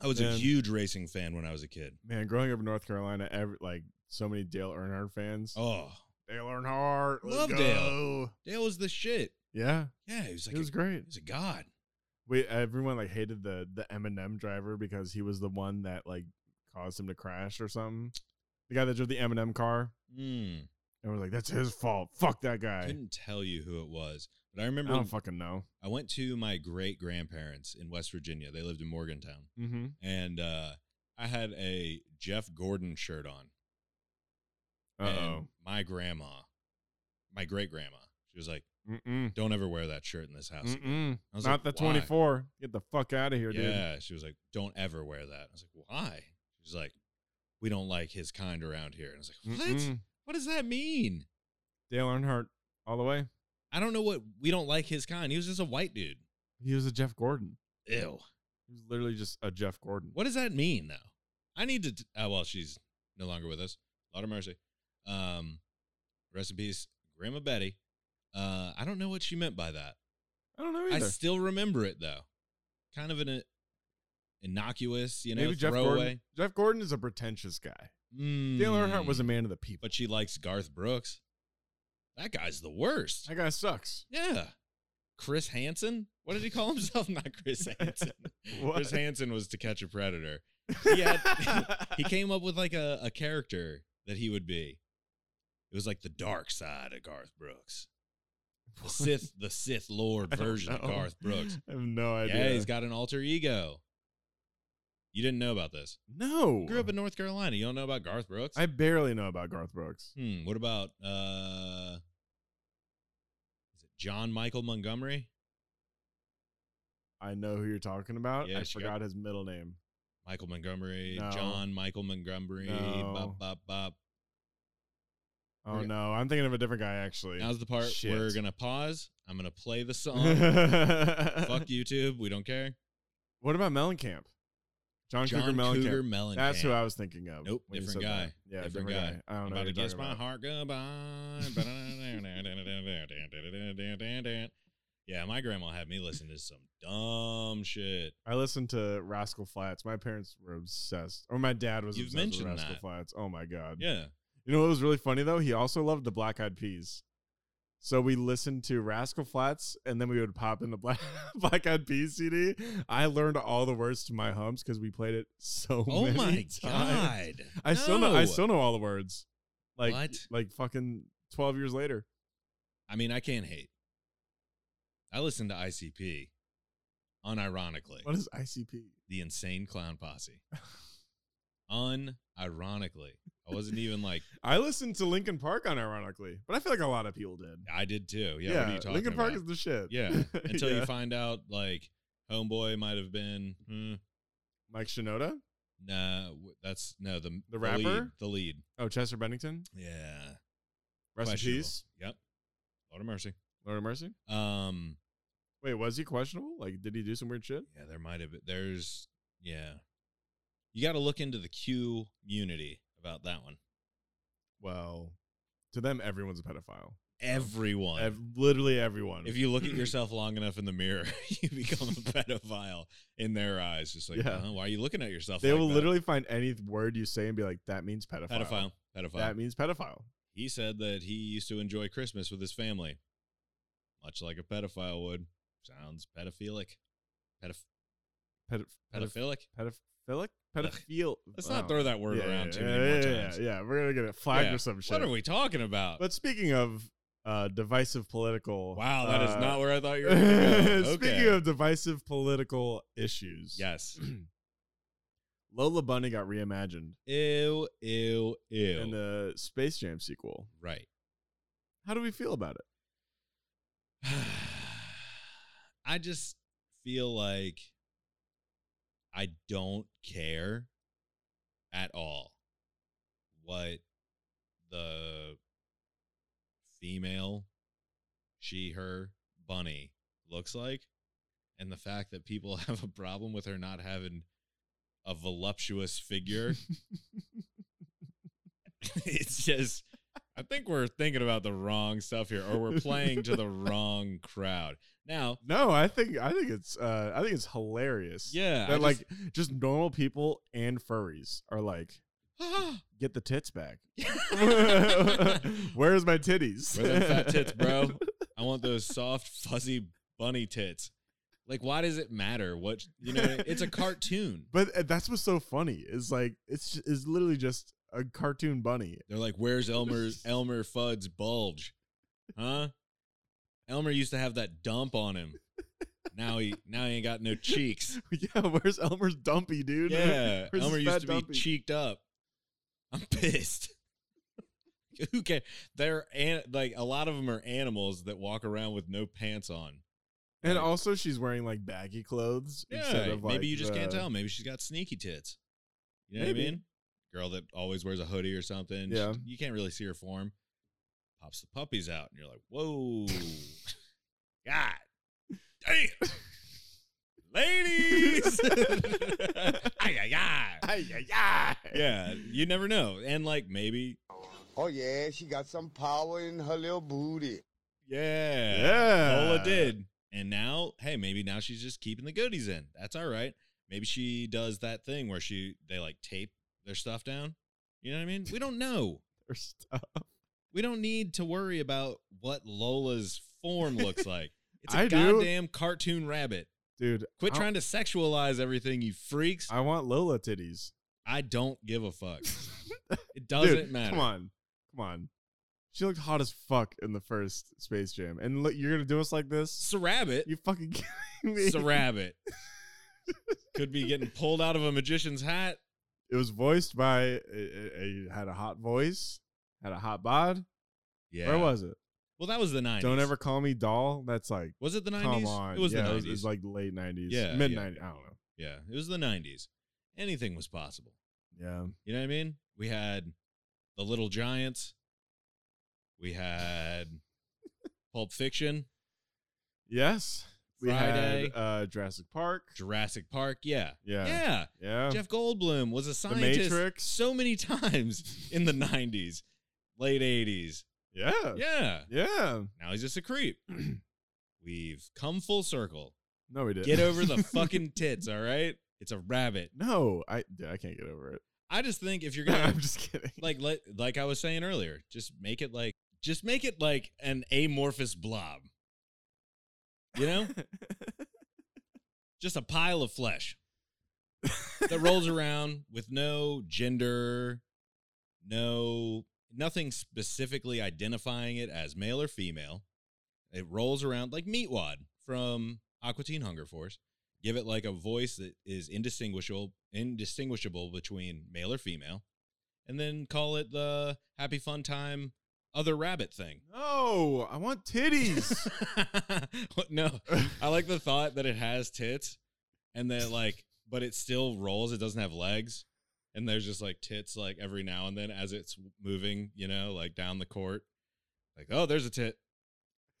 [SPEAKER 2] I was a
[SPEAKER 1] Man.
[SPEAKER 2] huge racing fan when I was a kid.
[SPEAKER 1] Man, growing up in North Carolina, every, like so many Dale Earnhardt fans.
[SPEAKER 2] Oh,
[SPEAKER 1] Dale Earnhardt. let's
[SPEAKER 2] Love
[SPEAKER 1] go.
[SPEAKER 2] Dale. Dale was the shit.
[SPEAKER 1] Yeah,
[SPEAKER 2] Yeah, he was like
[SPEAKER 1] it was
[SPEAKER 2] a,
[SPEAKER 1] great.
[SPEAKER 2] he was a god.
[SPEAKER 1] We everyone like hated the the Eminem driver because he was the one that like caused him to crash or something. The guy that drove the Eminem car,
[SPEAKER 2] Mm.
[SPEAKER 1] and we're like, that's his fault. Fuck that
[SPEAKER 2] I
[SPEAKER 1] guy.
[SPEAKER 2] couldn't tell you who it was, but I
[SPEAKER 1] I
[SPEAKER 2] remember
[SPEAKER 1] don't fucking know.
[SPEAKER 2] I went to my great grandparents in West Virginia. They lived in Morgantown,
[SPEAKER 1] Mm-hmm.
[SPEAKER 2] and uh, I had a Jeff Gordon shirt on.
[SPEAKER 1] Uh
[SPEAKER 2] And my grandma, my great grandma, she was like,
[SPEAKER 1] oh. Mm-mm.
[SPEAKER 2] "Don't ever wear that shirt in this house."
[SPEAKER 1] Mm-mm.
[SPEAKER 2] I was
[SPEAKER 1] Not
[SPEAKER 2] like,
[SPEAKER 1] the
[SPEAKER 2] "Why?"
[SPEAKER 1] twenty four. Get the fuck out of here, dude.
[SPEAKER 2] Yeah, she was like, "Don't ever wear that." I was like, "Why?" She's like, "We don't like his kind around here." And I was like, "What?
[SPEAKER 1] Mm-mm.
[SPEAKER 2] What does that mean?"
[SPEAKER 1] Dale Earnhardt all the way.
[SPEAKER 2] I don't know what we don't like his kind. He was just a white dude.
[SPEAKER 1] He was a Jeff Gordon.
[SPEAKER 2] Ew.
[SPEAKER 1] He was literally just a Jeff Gordon.
[SPEAKER 2] What does that mean, though? I need to. T- oh, well, she's no longer with us. Lot of mercy. Um, rest in peace, Grandma Betty. Uh, I don't know what she meant by that.
[SPEAKER 1] I don't know either.
[SPEAKER 2] I still remember it though. Kind of an uh, innocuous, you know,
[SPEAKER 1] Maybe Jeff
[SPEAKER 2] throwaway.
[SPEAKER 1] Gordon. Jeff Gordon is a pretentious guy.
[SPEAKER 2] Mm,
[SPEAKER 1] Dale Earnhardt was a man of the people.
[SPEAKER 2] but she likes Garth Brooks. That guy's the worst.
[SPEAKER 1] That guy sucks.
[SPEAKER 2] yeah. Chris Hansen? What did he call himself? Not Chris Hansen.
[SPEAKER 1] What?
[SPEAKER 2] Chris Hansen was to catch a predator. He had- he came up with like a, a character that he would be. It was like the dark side of Garth Brooks. The Sith, the Sith Lord
[SPEAKER 1] I don't
[SPEAKER 2] version of
[SPEAKER 1] know.
[SPEAKER 2] Garth Brooks.
[SPEAKER 1] I have no idea.
[SPEAKER 2] Yeah, he's got an alter ego. You didn't know about this.
[SPEAKER 1] no.
[SPEAKER 2] You grew up in North Carolina. You don't know about Garth Brooks?
[SPEAKER 1] I barely know about Garth Brooks.
[SPEAKER 2] hmm. What about uh is it John Michael Montgomery?
[SPEAKER 1] I know who you're talking about.
[SPEAKER 2] Yeah,
[SPEAKER 1] I
[SPEAKER 2] she
[SPEAKER 1] forgot his middle name.
[SPEAKER 2] Michael Montgomery,
[SPEAKER 1] No.
[SPEAKER 2] John Michael Montgomery,
[SPEAKER 1] No.
[SPEAKER 2] bop, bop, bop.
[SPEAKER 1] Oh
[SPEAKER 2] We're-
[SPEAKER 1] no, I'm thinking of a different guy actually.
[SPEAKER 2] Now's the part
[SPEAKER 1] Shit.
[SPEAKER 2] we're gonna pause. I'm gonna play the song. Fuck
[SPEAKER 1] Fuck
[SPEAKER 2] YouTube. We don't care.
[SPEAKER 1] What about Mellencamp? John, Cougar Mellencamp.
[SPEAKER 2] Mellencamp.
[SPEAKER 1] That's who I was thinking of.
[SPEAKER 2] Nope,
[SPEAKER 1] when you
[SPEAKER 2] different
[SPEAKER 1] said that.
[SPEAKER 2] guy.
[SPEAKER 1] Yeah,
[SPEAKER 2] Different
[SPEAKER 1] different,
[SPEAKER 2] guy.
[SPEAKER 1] guy. I don't
[SPEAKER 2] I'm
[SPEAKER 1] know.
[SPEAKER 2] about
[SPEAKER 1] who
[SPEAKER 2] to
[SPEAKER 1] you're
[SPEAKER 2] kiss my
[SPEAKER 1] talking about.
[SPEAKER 2] heart goodbye. yeah, my grandma had me listen to some dumb shit.
[SPEAKER 1] I listened to Rascal Flats. My parents were obsessed, or my dad was
[SPEAKER 2] You've
[SPEAKER 1] obsessed
[SPEAKER 2] mentioned
[SPEAKER 1] with Rascal
[SPEAKER 2] that.
[SPEAKER 1] Flats. Oh my god.
[SPEAKER 2] Yeah.
[SPEAKER 1] You know what was really funny though? He also loved the Black Eyed Peas. So we listened to Rascal Flats, and then we would pop in the Black Black Eyed Peas CD. I learned all the words to my hums because we played it so.
[SPEAKER 2] Oh
[SPEAKER 1] many
[SPEAKER 2] my
[SPEAKER 1] times.
[SPEAKER 2] god.
[SPEAKER 1] I still know. I
[SPEAKER 2] No.
[SPEAKER 1] still know all the words. Like
[SPEAKER 2] What?
[SPEAKER 1] like fucking twelve years later.
[SPEAKER 2] I mean, I can't hate. I listened to ICP, unironically,
[SPEAKER 1] What is ICP?
[SPEAKER 2] the Insane Clown Posse. Unironically, I wasn't even like
[SPEAKER 1] I listened to Linkin Park unironically, but I feel like a lot of people did.
[SPEAKER 2] I did too. Yeah. what are you talking
[SPEAKER 1] Linkin
[SPEAKER 2] about?
[SPEAKER 1] Park is the shit.
[SPEAKER 2] Yeah, until
[SPEAKER 1] Yeah.
[SPEAKER 2] you find out like homeboy might have been hmm,
[SPEAKER 1] Mike Shinoda.
[SPEAKER 2] nah w- that's no the
[SPEAKER 1] The
[SPEAKER 2] lead-
[SPEAKER 1] rapper?
[SPEAKER 2] the lead
[SPEAKER 1] Oh, Chester Bennington.
[SPEAKER 2] yeah
[SPEAKER 1] Rest in
[SPEAKER 2] Questionable.
[SPEAKER 1] peace.
[SPEAKER 2] yep Lord of mercy
[SPEAKER 1] Lord have mercy.
[SPEAKER 2] um
[SPEAKER 1] Wait, was he questionable? Like, did he do some weird shit?
[SPEAKER 2] yeah there might have been there's yeah you got to look into the Q community about that one
[SPEAKER 1] Well, to them, everyone's a pedophile.
[SPEAKER 2] everyone
[SPEAKER 1] Ev- literally everyone.
[SPEAKER 2] if you look at yourself long enough in the mirror you become a pedophile in their eyes just like
[SPEAKER 1] Yeah.
[SPEAKER 2] "Huh, why are you looking at yourself
[SPEAKER 1] they
[SPEAKER 2] like
[SPEAKER 1] will
[SPEAKER 2] that?"
[SPEAKER 1] literally find any word you say and be like, "That means pedophile."
[SPEAKER 2] pedophile pedophile
[SPEAKER 1] That means pedophile.
[SPEAKER 2] He said that he used to enjoy Christmas with his family, much like a pedophile would. Sounds pedophilic. Pedoph-
[SPEAKER 1] Pedoph-
[SPEAKER 2] pedophilic?
[SPEAKER 1] pedophilic. Pedophile.
[SPEAKER 2] Let's
[SPEAKER 1] Wow.
[SPEAKER 2] not throw that word
[SPEAKER 1] Yeah,
[SPEAKER 2] around
[SPEAKER 1] yeah,
[SPEAKER 2] too
[SPEAKER 1] yeah,
[SPEAKER 2] many more
[SPEAKER 1] yeah,
[SPEAKER 2] times.
[SPEAKER 1] Yeah, yeah, we're gonna get it flagged
[SPEAKER 2] Yeah.
[SPEAKER 1] or some shit.
[SPEAKER 2] What are we talking about?
[SPEAKER 1] But speaking of uh, divisive political.
[SPEAKER 2] Wow, that is
[SPEAKER 1] uh,
[SPEAKER 2] not where I thought you were. Going. Okay.
[SPEAKER 1] Speaking of divisive political issues,
[SPEAKER 2] yes,
[SPEAKER 1] Lola Bunny got reimagined
[SPEAKER 2] ew, ew, ew.
[SPEAKER 1] in the Space Jam sequel.
[SPEAKER 2] right.
[SPEAKER 1] How do we feel about it?
[SPEAKER 2] I just feel like I don't care at all what the female, she, her, bunny looks like. And the fact that people have a problem with her not having a voluptuous figure. it's just, I think we're thinking about the wrong stuff here, or we're playing to the wrong crowd. Now,
[SPEAKER 1] No, I think I think it's uh, I think it's hilarious.
[SPEAKER 2] yeah,
[SPEAKER 1] that
[SPEAKER 2] I
[SPEAKER 1] like just normal people and furries are like
[SPEAKER 2] just-
[SPEAKER 1] get the tits back.
[SPEAKER 2] Where
[SPEAKER 1] Where's my titties?
[SPEAKER 2] them fat tits, bro? I want those soft, fuzzy bunny tits. Like, why does it matter? What you know? It's a cartoon.
[SPEAKER 1] But uh, that's what's so funny is like it's ju- is literally just a cartoon bunny.
[SPEAKER 2] They're like, "Where's Elmer's Elmer Fudd's bulge?" Huh? Elmer used to have that dump on him. Now he now he ain't got no cheeks.
[SPEAKER 1] yeah, where's Elmer's dumpy dude?
[SPEAKER 2] Yeah,
[SPEAKER 1] Where's
[SPEAKER 2] Elmer
[SPEAKER 1] his
[SPEAKER 2] used
[SPEAKER 1] fat
[SPEAKER 2] to
[SPEAKER 1] dumpy?
[SPEAKER 2] be cheeked up. I'm pissed. Who cares? They're an- like a lot of them are animals that walk around with no pants on.
[SPEAKER 1] And
[SPEAKER 2] Like-
[SPEAKER 1] also, she's wearing like baggy clothes. instead of like
[SPEAKER 2] maybe you just can't
[SPEAKER 1] the-
[SPEAKER 2] tell. Maybe she's got sneaky tits. You know what I
[SPEAKER 1] Maybe.
[SPEAKER 2] mean? Girl that always wears a hoodie or something. She-
[SPEAKER 1] Yeah.
[SPEAKER 2] you can't really see her form. Pops the puppies out, and you're like, whoa, God, damn, ladies, ay, ay, ay.
[SPEAKER 1] Ay, ay, ay.
[SPEAKER 2] Yeah, you never know. And like maybe,
[SPEAKER 3] Oh yeah, she got some power in her little booty.
[SPEAKER 2] yeah,
[SPEAKER 1] Yeah.
[SPEAKER 2] Lola did. And now, hey, maybe now she's just keeping the goodies in. That's all right. Maybe she does that thing where she they like tape their stuff down. You know what I mean? We don't know.
[SPEAKER 1] Or stuff.
[SPEAKER 2] We don't need to worry about what Lola's form looks like. It's a
[SPEAKER 1] I do.
[SPEAKER 2] goddamn cartoon rabbit.
[SPEAKER 1] Dude,
[SPEAKER 2] Quit
[SPEAKER 1] I-
[SPEAKER 2] trying to sexualize everything, you freaks. I,
[SPEAKER 1] I want Lola titties.
[SPEAKER 2] don't give a fuck. It doesn't
[SPEAKER 1] Dude,
[SPEAKER 2] matter.
[SPEAKER 1] Come on, come on. She looked hot as fuck in the first Space Jam, and look, you're gonna do us like this?
[SPEAKER 2] It's a rabbit.
[SPEAKER 1] You fucking kidding me?
[SPEAKER 2] It's a rabbit. Could be getting pulled out of a magician's hat.
[SPEAKER 1] it was voiced by it, had a hot voice, had a hot bod.
[SPEAKER 2] Yeah.
[SPEAKER 1] Where was it?
[SPEAKER 2] Well, that was the 90s.
[SPEAKER 1] Don't ever call me doll. That's like
[SPEAKER 2] Was it the 90s?
[SPEAKER 1] come on.
[SPEAKER 2] It was
[SPEAKER 1] yeah,
[SPEAKER 2] the 90s.
[SPEAKER 1] it was, it was like late nineties,
[SPEAKER 2] Yeah, yeah.
[SPEAKER 1] mid nineties. I don't know.
[SPEAKER 2] yeah, it was the 90s. Anything was possible.
[SPEAKER 1] Yeah,
[SPEAKER 2] You know what I mean? We had The Little Giants. We had Pulp Fiction,
[SPEAKER 1] yes. We
[SPEAKER 2] Friday.
[SPEAKER 1] had uh, Jurassic Park.
[SPEAKER 2] Jurassic Park. Yeah.
[SPEAKER 1] Yeah, yeah.
[SPEAKER 2] Yeah. Jeff Goldblum was a scientist
[SPEAKER 1] Matrix.
[SPEAKER 2] so many times in the 90s, late 80s.
[SPEAKER 1] yeah, yeah,
[SPEAKER 2] Yeah. Now he's just a creep. We've come full circle.
[SPEAKER 1] No, we did.
[SPEAKER 2] Get over the fucking tits, all right? It's a rabbit.
[SPEAKER 1] no, I dude, I can't get over it.
[SPEAKER 2] I just think if you're gonna
[SPEAKER 1] I'm just kidding.
[SPEAKER 2] like let, like I was saying earlier, just make it like just make it like an amorphous blob. You know? just a pile of flesh that rolls around with no gender, no nothing specifically identifying it as male or female. It rolls around like Meatwad from Aqua Teen Hunger Force. Give it like a voice that is indistinguishable indistinguishable between male or female. And then call it the happy fun time other rabbit thing.
[SPEAKER 1] no, I want titties.
[SPEAKER 2] no. I like the thought that it has tits and that like but it still rolls, it doesn't have legs. And there's just like tits like every now and then as it's moving, you know, like down the court. Like, oh, there's a tit.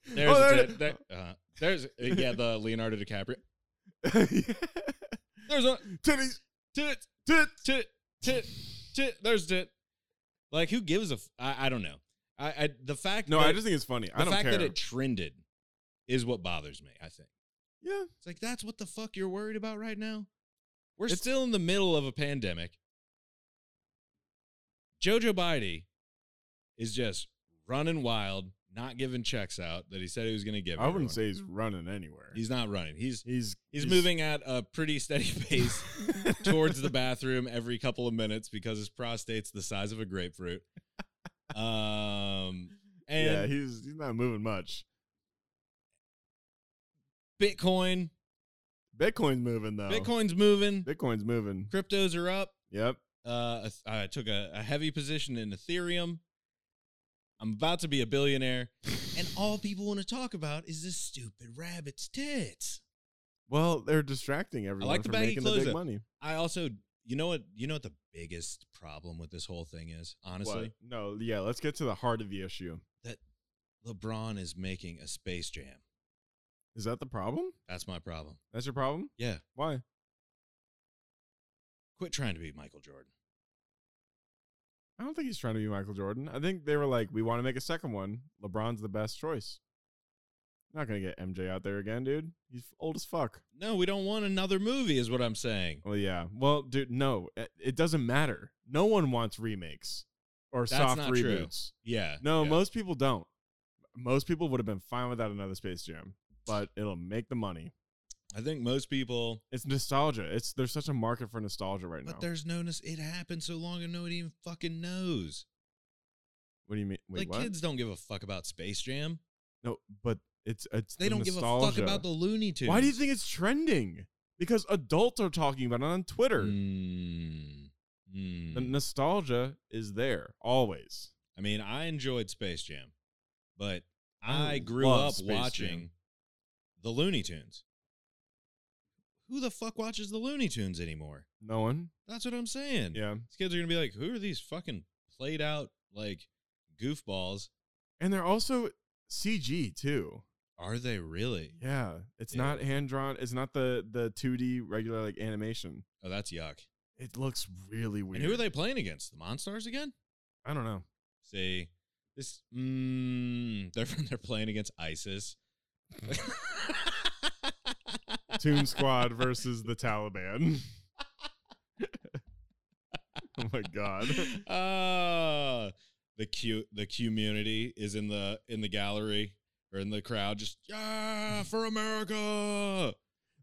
[SPEAKER 2] There's
[SPEAKER 1] Oh, there-
[SPEAKER 2] a tit. There, uh, there's yeah, the Leonardo DiCaprio. There's a
[SPEAKER 1] Titties,
[SPEAKER 2] tit,
[SPEAKER 1] tit.
[SPEAKER 2] tit, tit, tit. There's tit. Like, who gives a? F- I, I don't know. I, I the fact
[SPEAKER 1] No,
[SPEAKER 2] that
[SPEAKER 1] I
[SPEAKER 2] it-
[SPEAKER 1] just think it's funny. I
[SPEAKER 2] the
[SPEAKER 1] don't
[SPEAKER 2] fact
[SPEAKER 1] care.
[SPEAKER 2] that it trended is what bothers me. I think.
[SPEAKER 1] yeah,
[SPEAKER 2] It's like that's what the fuck you're worried about right now. We're
[SPEAKER 1] It's-
[SPEAKER 2] still in the middle of a pandemic. Jojo Biden is just running wild, not giving checks out that he said he was going to give.
[SPEAKER 1] I wouldn't
[SPEAKER 2] everyone.
[SPEAKER 1] say he's running anywhere.
[SPEAKER 2] he's not running. He's
[SPEAKER 1] he's
[SPEAKER 2] he's moving at a pretty steady pace towards the bathroom every couple of minutes because his prostate's the size of a grapefruit. Um,
[SPEAKER 1] yeah,
[SPEAKER 2] And
[SPEAKER 1] he's he's not moving much.
[SPEAKER 2] Bitcoin,
[SPEAKER 1] Bitcoin's moving though.
[SPEAKER 2] Bitcoin's moving.
[SPEAKER 1] Bitcoin's moving.
[SPEAKER 2] Cryptos are up.
[SPEAKER 1] Yep.
[SPEAKER 2] Uh, I took a, a heavy position in Ethereum. I'm about to be a billionaire, and all people want to talk about is this stupid rabbit's tits.
[SPEAKER 1] Well, they're distracting everyone
[SPEAKER 2] like the
[SPEAKER 1] from
[SPEAKER 2] baggy
[SPEAKER 1] making the
[SPEAKER 2] clothes
[SPEAKER 1] big
[SPEAKER 2] up.
[SPEAKER 1] money.
[SPEAKER 2] I also, you know what, you know what the biggest problem with this whole thing is, honestly,
[SPEAKER 1] What? No, yeah, let's get to the heart of the issue.
[SPEAKER 2] LeBron is making a Space Jam.
[SPEAKER 1] Is that the problem?
[SPEAKER 2] That's my problem.
[SPEAKER 1] That's your problem?
[SPEAKER 2] Yeah,
[SPEAKER 1] Why?
[SPEAKER 2] quit trying to be Michael Jordan.
[SPEAKER 1] I don't think he's trying to be Michael Jordan. I think they were like, we want to make a second one. LeBron's the best choice. Not gonna get MJ out there again, dude. He's old as fuck.
[SPEAKER 2] No, we don't want another movie, is what I'm saying.
[SPEAKER 1] Well, yeah. Well, dude, no, it, it doesn't matter. No one wants remakes or
[SPEAKER 2] That's
[SPEAKER 1] soft
[SPEAKER 2] not true.
[SPEAKER 1] reboots.
[SPEAKER 2] Yeah,
[SPEAKER 1] No,
[SPEAKER 2] yeah.
[SPEAKER 1] most people don't. Most people would have been fine without another Space Jam, but it'll make the money.
[SPEAKER 2] I think most people,
[SPEAKER 1] It's nostalgia. It's there's such a market for nostalgia right now.
[SPEAKER 2] but there's no, nos- it happened so long and nobody even fucking knows.
[SPEAKER 1] What do you mean? Wait,
[SPEAKER 2] like
[SPEAKER 1] what?
[SPEAKER 2] kids don't give a fuck about Space Jam.
[SPEAKER 1] No, but it's it's
[SPEAKER 2] They
[SPEAKER 1] the
[SPEAKER 2] don't give a fuck
[SPEAKER 1] nostalgia.
[SPEAKER 2] about the Looney Tunes.
[SPEAKER 1] Why do you think it's trending? Because adults are talking about it on Twitter.
[SPEAKER 2] Mm, mm.
[SPEAKER 1] The nostalgia is there always.
[SPEAKER 2] I mean, I enjoyed Space Jam, but I,
[SPEAKER 1] I
[SPEAKER 2] grew
[SPEAKER 1] love
[SPEAKER 2] up
[SPEAKER 1] Space
[SPEAKER 2] watching
[SPEAKER 1] Jam.
[SPEAKER 2] the Looney Tunes. Who the fuck watches the Looney Tunes anymore?
[SPEAKER 1] No one.
[SPEAKER 2] That's what I'm saying.
[SPEAKER 1] Yeah.
[SPEAKER 2] These kids are gonna be like, who are these fucking played out like goofballs?
[SPEAKER 1] And they're also CG too.
[SPEAKER 2] Are they really?
[SPEAKER 1] Yeah. It's
[SPEAKER 2] Yeah.
[SPEAKER 1] not hand drawn. It's not the the 2D regular like animation.
[SPEAKER 2] Oh, that's yuck.
[SPEAKER 1] It looks really weird.
[SPEAKER 2] And who are they playing against? The Monstars again?
[SPEAKER 1] I don't know.
[SPEAKER 2] See, this mm, they're they're playing against ISIS.
[SPEAKER 1] Toon Squad versus the Taliban. oh my god.
[SPEAKER 2] Ah, the cute the community is in the in the gallery or in the crowd, just yeah for America.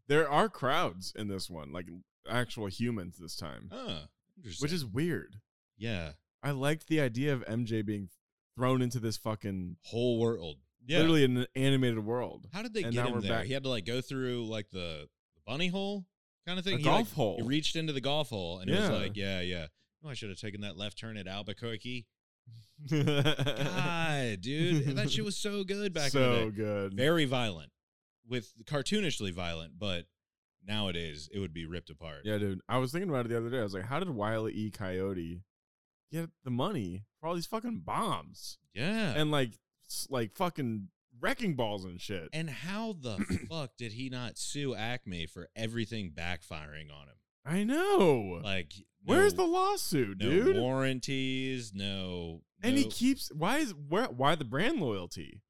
[SPEAKER 1] There are crowds in this one, like actual humans this time,
[SPEAKER 2] Huh, Ah, interesting.
[SPEAKER 1] which is weird.
[SPEAKER 2] yeah,
[SPEAKER 1] I liked the idea of MJ being thrown into this fucking
[SPEAKER 2] whole world. Yeah,
[SPEAKER 1] literally an animated world.
[SPEAKER 2] how did they
[SPEAKER 1] And
[SPEAKER 2] get
[SPEAKER 1] now
[SPEAKER 2] him
[SPEAKER 1] we're
[SPEAKER 2] there?
[SPEAKER 1] back.
[SPEAKER 2] He had to like go through like the, the bunny hole kind of thing.
[SPEAKER 1] A
[SPEAKER 2] He,
[SPEAKER 1] golf
[SPEAKER 2] like,
[SPEAKER 1] hole.
[SPEAKER 2] He reached into the golf hole and it was
[SPEAKER 1] Yeah.
[SPEAKER 2] like, yeah, yeah. Oh, I should have taken that left turn at Albuquerque.
[SPEAKER 1] so
[SPEAKER 2] God, dude, that shit was so good back in the day.
[SPEAKER 1] good.
[SPEAKER 2] Very violent, with cartoonishly violent, but nowadays it would be ripped apart.
[SPEAKER 1] yeah, dude. I was thinking about it the other day. I was like, how did Wile E. Coyote get the money for all these fucking bombs
[SPEAKER 2] Yeah. And,
[SPEAKER 1] and like s- like fucking wrecking balls and shit?
[SPEAKER 2] how the fuck did he not sue Acme for everything backfiring on him?
[SPEAKER 1] I know.
[SPEAKER 2] Like,
[SPEAKER 1] Where's
[SPEAKER 2] no-
[SPEAKER 1] the lawsuit,
[SPEAKER 2] no
[SPEAKER 1] dude?
[SPEAKER 2] warranties? No.
[SPEAKER 1] and he
[SPEAKER 2] no-
[SPEAKER 1] keeps why is where why the brand loyalty?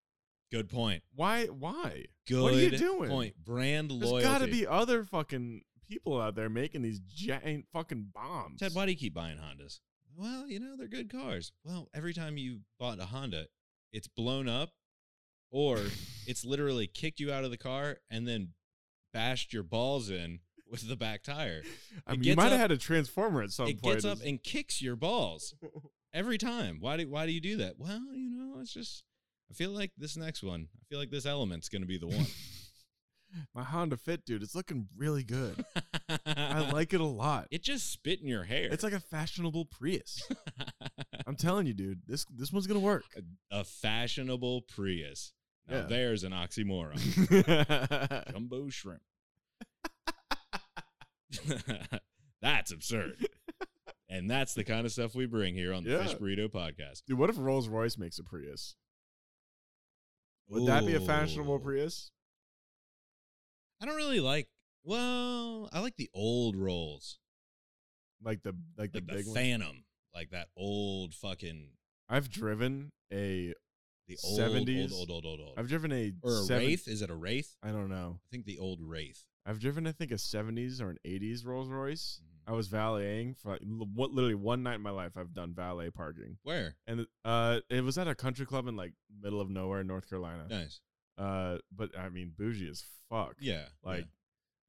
[SPEAKER 2] good point.
[SPEAKER 1] Why why?
[SPEAKER 2] Good.
[SPEAKER 1] What are you doing?
[SPEAKER 2] Point. Brand loyalty.
[SPEAKER 1] There's got to be other fucking people out there making these giant fucking bombs.
[SPEAKER 2] Ted, why do you keep buying Hondas? Well, you know, they're good cars. Well, every time you bought a Honda, it's blown up or it's literally kicked you out of the car and then bashed your balls in with the back tire.
[SPEAKER 1] I
[SPEAKER 2] it
[SPEAKER 1] mean, you
[SPEAKER 2] gets
[SPEAKER 1] might
[SPEAKER 2] up-
[SPEAKER 1] have had a transformer at some
[SPEAKER 2] it
[SPEAKER 1] point.
[SPEAKER 2] gets up and kicks your balls every time. Why do why do you do that? Well, you know, it's just I feel like this next one, I feel like this element's going to be the one.
[SPEAKER 1] My Honda Fit, dude, it's looking really good. I
[SPEAKER 2] I
[SPEAKER 1] like it a lot.
[SPEAKER 2] it just spit in your hair.
[SPEAKER 1] It's like a fashionable Prius. I'm telling you, dude, this this one's gonna work.
[SPEAKER 2] a fashionable Prius. Now
[SPEAKER 1] Yeah.
[SPEAKER 2] there's an oxymoron. jumbo shrimp. that's absurd. and that's the kind of stuff we bring here on the Fish
[SPEAKER 1] Yeah.
[SPEAKER 2] Burrito Podcast.
[SPEAKER 1] dude, what if Rolls Royce makes a Prius? Would that be a fashionable
[SPEAKER 2] Ooh.
[SPEAKER 1] Prius?
[SPEAKER 2] I don't really like. Well, I like the old rolls,
[SPEAKER 1] Like the like the
[SPEAKER 2] like the,
[SPEAKER 1] big one.
[SPEAKER 2] Phantom, like that old fucking
[SPEAKER 1] I've driven a
[SPEAKER 2] the old
[SPEAKER 1] 70s?
[SPEAKER 2] old old old old old.
[SPEAKER 1] I've driven a
[SPEAKER 2] or a
[SPEAKER 1] seven-
[SPEAKER 2] wraith? Is it a wraith?
[SPEAKER 1] I don't know.
[SPEAKER 2] I think the old wraith.
[SPEAKER 1] I've driven, I think, a 70s or an 80s Rolls Royce.
[SPEAKER 2] Mm-hmm.
[SPEAKER 1] I was valeting for like, l- what literally one night in my life. I've done valet parking,
[SPEAKER 2] Where?
[SPEAKER 1] and uh, it was at a country club in like middle of nowhere in North Carolina.
[SPEAKER 2] Nice.
[SPEAKER 1] Uh, but I mean, bougie as fuck.
[SPEAKER 2] Yeah.
[SPEAKER 1] like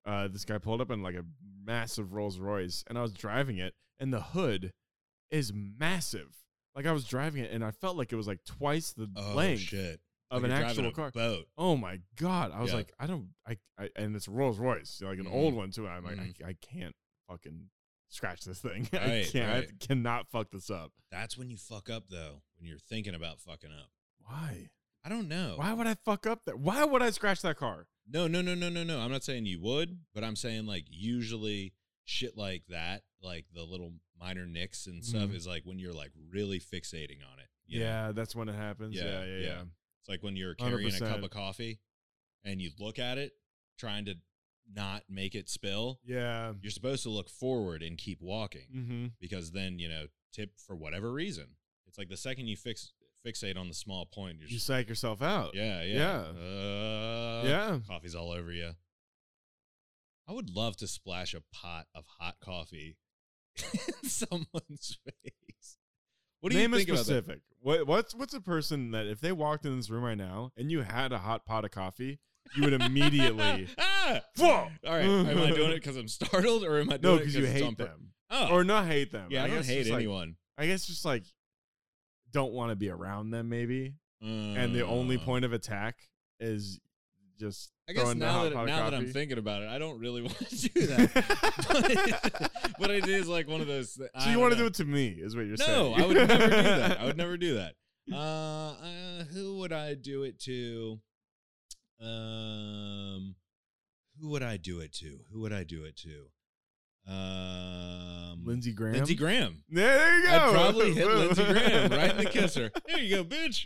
[SPEAKER 1] uh, this guy pulled up in like a massive Rolls Royce, and I was driving it, and the hood is massive. Like I was driving it and I felt like it was like twice the
[SPEAKER 2] Oh
[SPEAKER 1] length
[SPEAKER 2] shit!
[SPEAKER 1] of an
[SPEAKER 2] Like you're
[SPEAKER 1] actual
[SPEAKER 2] driving a
[SPEAKER 1] car.
[SPEAKER 2] boat.
[SPEAKER 1] Oh my god! I was
[SPEAKER 2] Yeah.
[SPEAKER 1] like, I don't, I, I, and it's Rolls Royce, like an
[SPEAKER 2] Mhm.
[SPEAKER 1] old one too. And I'm like, I, I can't fucking scratch this thing. I
[SPEAKER 2] Right,
[SPEAKER 1] can't, I
[SPEAKER 2] right.
[SPEAKER 1] cannot fuck this up.
[SPEAKER 2] That's when you fuck up though. When you're thinking about fucking up.
[SPEAKER 1] Why?
[SPEAKER 2] I don't know.
[SPEAKER 1] Why would I fuck up that? Why would I scratch that car?
[SPEAKER 2] No, no, no, no, no, no. I'm not saying you would, but I'm saying like usually shit like that, like the little minor nicks and stuff,
[SPEAKER 1] Mhm.
[SPEAKER 2] is like when you're like really fixating on it. you know?
[SPEAKER 1] Yeah, that's when it happens. Yeah,
[SPEAKER 2] Yeah,
[SPEAKER 1] yeah, yeah.
[SPEAKER 2] yeah. It's like when you're carrying a cup
[SPEAKER 1] 100%.
[SPEAKER 2] of coffee and you look at it, trying to not make it spill.
[SPEAKER 1] Yeah.
[SPEAKER 2] You're supposed to look forward and keep walking
[SPEAKER 1] Mm-hmm.
[SPEAKER 2] because then you know tip for whatever reason. It's like the second you fix fixate on the small point, you're
[SPEAKER 1] You
[SPEAKER 2] just
[SPEAKER 1] psych yourself out.
[SPEAKER 2] yeah, yeah, yeah. Uh,
[SPEAKER 1] yeah.
[SPEAKER 2] coffee's all over you. I would love to splash a pot of hot coffee in someone's face. What do
[SPEAKER 1] Name
[SPEAKER 2] you
[SPEAKER 1] is
[SPEAKER 2] think about that?
[SPEAKER 1] specific. What, what's what's a person that if they walked in this room right now and you had a hot pot of coffee, you would immediately.
[SPEAKER 2] Ah!
[SPEAKER 1] Whoa!
[SPEAKER 2] All right, am I doing it because I'm startled, or am I doing
[SPEAKER 1] No,
[SPEAKER 2] it
[SPEAKER 1] because you
[SPEAKER 2] it's
[SPEAKER 1] hate
[SPEAKER 2] on pur-
[SPEAKER 1] them,
[SPEAKER 2] Oh,
[SPEAKER 1] or not hate them.
[SPEAKER 2] yeah, I, don't
[SPEAKER 1] guess
[SPEAKER 2] hate
[SPEAKER 1] just, like,
[SPEAKER 2] anyone.
[SPEAKER 1] I guess just like don't want to be around them, maybe. and the only
[SPEAKER 2] Uh,
[SPEAKER 1] point of attack is just.
[SPEAKER 2] I guess
[SPEAKER 1] throwing the hot
[SPEAKER 2] now that
[SPEAKER 1] pot of
[SPEAKER 2] now that I'm
[SPEAKER 1] coffee.
[SPEAKER 2] thinking about it, I don't really want to do that. but, but it is like one of those. So
[SPEAKER 1] so you want to do it to me? Is what you're saying?
[SPEAKER 2] no, I would never do that. I would never do that. Uh, uh, who would I do it to? Um, who would I do it to? Who would I do it to? Um,
[SPEAKER 1] Lindsey Graham.
[SPEAKER 2] Lindsey Graham.
[SPEAKER 1] Yeah, there you go.
[SPEAKER 2] I'd probably hit Lindsey Graham right in the kisser. There you go, bitch.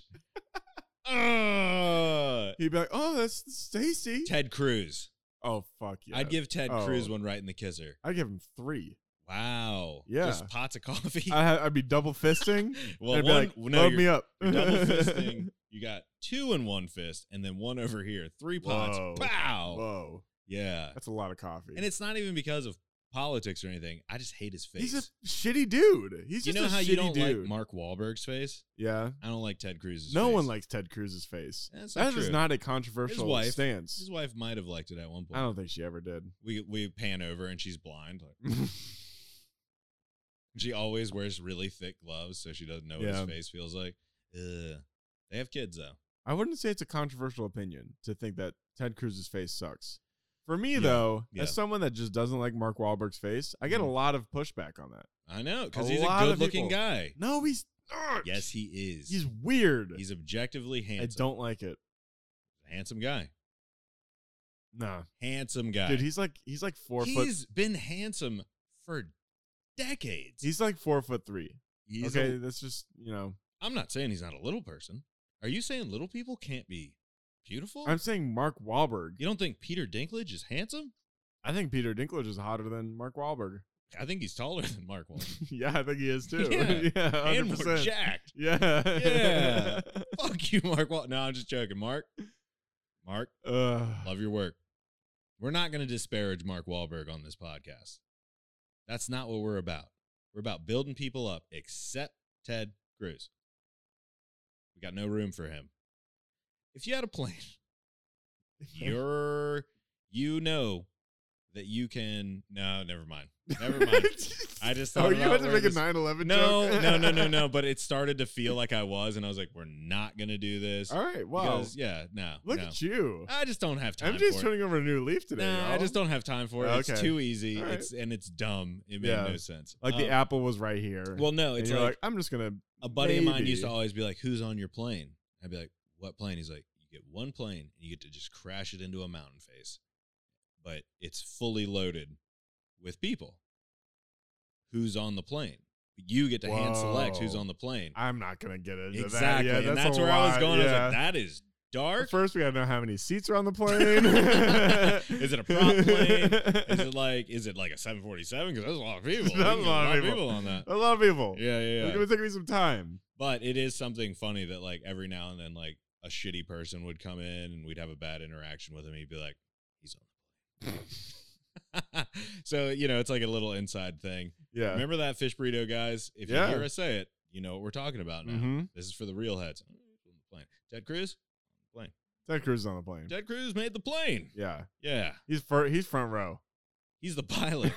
[SPEAKER 2] Uh,
[SPEAKER 1] He'd be like, "Oh, that's Stacy."
[SPEAKER 2] Ted Cruz.
[SPEAKER 1] Oh fuck yeah!
[SPEAKER 2] I'd give Ted
[SPEAKER 1] Oh.
[SPEAKER 2] Cruz one right in the kisser.
[SPEAKER 1] I'd give him three.
[SPEAKER 2] Wow.
[SPEAKER 1] Yeah.
[SPEAKER 2] Just pots of coffee.
[SPEAKER 1] I, ha- I'd be double fisting.
[SPEAKER 2] well,
[SPEAKER 1] I'd be
[SPEAKER 2] one,
[SPEAKER 1] like,
[SPEAKER 2] no,
[SPEAKER 1] "Load
[SPEAKER 2] you're-
[SPEAKER 1] me up."
[SPEAKER 2] You're double fisting. You got two in one fist, and then one over here. Three pots.
[SPEAKER 1] Whoa.
[SPEAKER 2] Pow.
[SPEAKER 1] Whoa,
[SPEAKER 2] Yeah.
[SPEAKER 1] that's a lot of coffee.
[SPEAKER 2] Oh. And it's not even because of politics or anything. I just hate his face.
[SPEAKER 1] he's a shitty dude. He's
[SPEAKER 2] you
[SPEAKER 1] just
[SPEAKER 2] know
[SPEAKER 1] a
[SPEAKER 2] how
[SPEAKER 1] shitty
[SPEAKER 2] you don't
[SPEAKER 1] dude.
[SPEAKER 2] like Mark Wahlberg's face?
[SPEAKER 1] yeah,
[SPEAKER 2] I don't like Ted Cruz's.
[SPEAKER 1] no
[SPEAKER 2] face.
[SPEAKER 1] one likes Ted Cruz's face.
[SPEAKER 2] That's not
[SPEAKER 1] That is
[SPEAKER 2] true.
[SPEAKER 1] not a controversial
[SPEAKER 2] wife-
[SPEAKER 1] stance.
[SPEAKER 2] His wife might have liked it at one
[SPEAKER 1] I
[SPEAKER 2] point.
[SPEAKER 1] don't think she ever did.
[SPEAKER 2] We we pan over and she's blind. Like, she always wears really thick gloves so she doesn't know what
[SPEAKER 1] Yeah.
[SPEAKER 2] his face feels like. Ugh. They have kids though.
[SPEAKER 1] I wouldn't say it's a controversial opinion to think that Ted Cruz's face sucks. For me,
[SPEAKER 2] Yeah,
[SPEAKER 1] though,
[SPEAKER 2] yeah.
[SPEAKER 1] as someone that just doesn't like Mark Wahlberg's face, I get a
[SPEAKER 2] Mhm.
[SPEAKER 1] lot of pushback on that.
[SPEAKER 2] I know because
[SPEAKER 1] A
[SPEAKER 2] he's a
[SPEAKER 1] lot of
[SPEAKER 2] good-looking
[SPEAKER 1] people.
[SPEAKER 2] guy.
[SPEAKER 1] No, he's not.
[SPEAKER 2] Yes, he is.
[SPEAKER 1] he's weird.
[SPEAKER 2] He's objectively
[SPEAKER 1] I
[SPEAKER 2] handsome.
[SPEAKER 1] don't like it.
[SPEAKER 2] handsome guy.
[SPEAKER 1] Nah,
[SPEAKER 2] Handsome guy.
[SPEAKER 1] dude, he's like he's like four foot.
[SPEAKER 2] He's been handsome for decades.
[SPEAKER 1] He's like four foot three.
[SPEAKER 2] He's
[SPEAKER 1] okay,
[SPEAKER 2] A,
[SPEAKER 1] that's just you know.
[SPEAKER 2] I'm not saying he's not a little person. Are you saying little people can't be beautiful?
[SPEAKER 1] I'm saying Mark Wahlberg.
[SPEAKER 2] you don't think Peter Dinklage is handsome?
[SPEAKER 1] I think Peter Dinklage is hotter than Mark Wahlberg.
[SPEAKER 2] I think he's taller than Mark Wahlberg
[SPEAKER 1] yeah, I think he is too.
[SPEAKER 2] Yeah, and more
[SPEAKER 1] 100%.
[SPEAKER 2] jacked.
[SPEAKER 1] Yeah.
[SPEAKER 2] Yeah. Fuck you, Mark Wahl. No, I'm just joking, Mark. Mark,
[SPEAKER 1] Ugh.
[SPEAKER 2] love your work. We're not going to disparage Mark Wahlberg on this podcast. That's not what we're about. We're about building people up, except Ted Cruz. We got no room for him. If you had a plan, you're you know that you can. No, never mind. Never mind. I just
[SPEAKER 1] Oh,
[SPEAKER 2] thought
[SPEAKER 1] you had
[SPEAKER 2] about
[SPEAKER 1] to
[SPEAKER 2] where
[SPEAKER 1] make a
[SPEAKER 2] this-
[SPEAKER 1] 9/11
[SPEAKER 2] No,
[SPEAKER 1] joke?
[SPEAKER 2] no, no, no, no. But it started to feel like I was, and I was like, "We're not gonna do this."
[SPEAKER 1] All right, wow.
[SPEAKER 2] Because, yeah, no.
[SPEAKER 1] Look
[SPEAKER 2] no.
[SPEAKER 1] at you.
[SPEAKER 2] I just don't have time.
[SPEAKER 1] MJ's
[SPEAKER 2] for it.
[SPEAKER 1] turning over a new leaf today.
[SPEAKER 2] Nah, I
[SPEAKER 1] y'all.
[SPEAKER 2] just don't have time for it.
[SPEAKER 1] Oh,
[SPEAKER 2] It's
[SPEAKER 1] okay.
[SPEAKER 2] too easy.
[SPEAKER 1] All right.
[SPEAKER 2] It's and it's dumb. It made
[SPEAKER 1] Yeah.
[SPEAKER 2] no sense.
[SPEAKER 1] like the
[SPEAKER 2] Um,
[SPEAKER 1] apple was right here.
[SPEAKER 2] Well, no,
[SPEAKER 1] And
[SPEAKER 2] it's
[SPEAKER 1] you're
[SPEAKER 2] like,
[SPEAKER 1] like, I'm just gonna.
[SPEAKER 2] a buddy of mine used to
[SPEAKER 1] maybe.
[SPEAKER 2] always be like, "Who's on your plane?" I'd be like, "What plane?" He's like, "You get one plane and you get to just crash it into a mountain face, but it's fully loaded with people. Who's on the plane? You get to hand select who's
[SPEAKER 1] Whoa.
[SPEAKER 2] on the plane."
[SPEAKER 1] I'm not gonna get into
[SPEAKER 2] Exactly.
[SPEAKER 1] that. Yeah,
[SPEAKER 2] and
[SPEAKER 1] that's,
[SPEAKER 2] that's
[SPEAKER 1] a
[SPEAKER 2] where I was
[SPEAKER 1] lot,
[SPEAKER 2] going. I
[SPEAKER 1] yeah.
[SPEAKER 2] was like, that is dark.
[SPEAKER 1] First, we gotta know how many seats are on the plane.
[SPEAKER 2] Is it a prop plane? Is it like is it like a 747? Because there's a lot of people.
[SPEAKER 1] That's a
[SPEAKER 2] There's
[SPEAKER 1] lot of people.
[SPEAKER 2] on that.
[SPEAKER 1] a lot of people.
[SPEAKER 2] Yeah, yeah,
[SPEAKER 1] It's
[SPEAKER 2] yeah.
[SPEAKER 1] gonna take me some time.
[SPEAKER 2] But it is something funny that like every now and then like a shitty person would come in and we'd have a bad interaction with him. He'd be like, he's on. so you know, it's like a little inside thing.
[SPEAKER 1] Yeah.
[SPEAKER 2] Remember that fish burrito, guys? If
[SPEAKER 1] Yeah.
[SPEAKER 2] you hear us say it, you know what we're talking about now.
[SPEAKER 1] Mhm.
[SPEAKER 2] This is for the real heads. Oh, Plane. Ted Cruz. Plane.
[SPEAKER 1] Ted Cruz is on the plane.
[SPEAKER 2] Ted Cruz made the plane.
[SPEAKER 1] yeah.
[SPEAKER 2] Yeah.
[SPEAKER 1] He's fir- he's front row.
[SPEAKER 2] He's the pilot.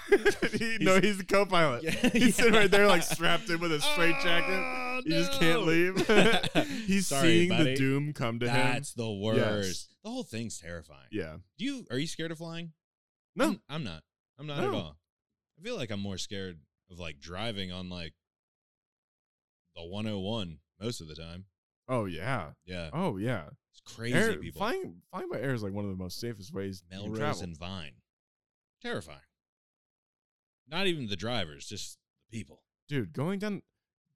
[SPEAKER 1] he, no, he's the co-pilot.
[SPEAKER 2] Yeah,
[SPEAKER 1] He's sitting
[SPEAKER 2] yeah.
[SPEAKER 1] right there, like strapped in with a straight jacket.
[SPEAKER 2] Oh,
[SPEAKER 1] He just can't
[SPEAKER 2] no.
[SPEAKER 1] leave. He's
[SPEAKER 2] Sorry,
[SPEAKER 1] seeing
[SPEAKER 2] buddy.
[SPEAKER 1] the doom come to
[SPEAKER 2] That's the worst.
[SPEAKER 1] Yes.
[SPEAKER 2] The whole thing's terrifying.
[SPEAKER 1] him. Yeah.
[SPEAKER 2] Do you are you scared of flying?
[SPEAKER 1] No.
[SPEAKER 2] I'm, I'm not. I'm not at
[SPEAKER 1] No.
[SPEAKER 2] all. I feel like I'm more scared of like driving on like the 101 most of the time.
[SPEAKER 1] Oh yeah.
[SPEAKER 2] Yeah,
[SPEAKER 1] Oh yeah.
[SPEAKER 2] it's crazy
[SPEAKER 1] Air,
[SPEAKER 2] people.
[SPEAKER 1] flying flying by air is like one of the most safest ways you can
[SPEAKER 2] Melrose
[SPEAKER 1] travel.
[SPEAKER 2] and Vine, terrifying. Not even the drivers, just the people
[SPEAKER 1] dude going down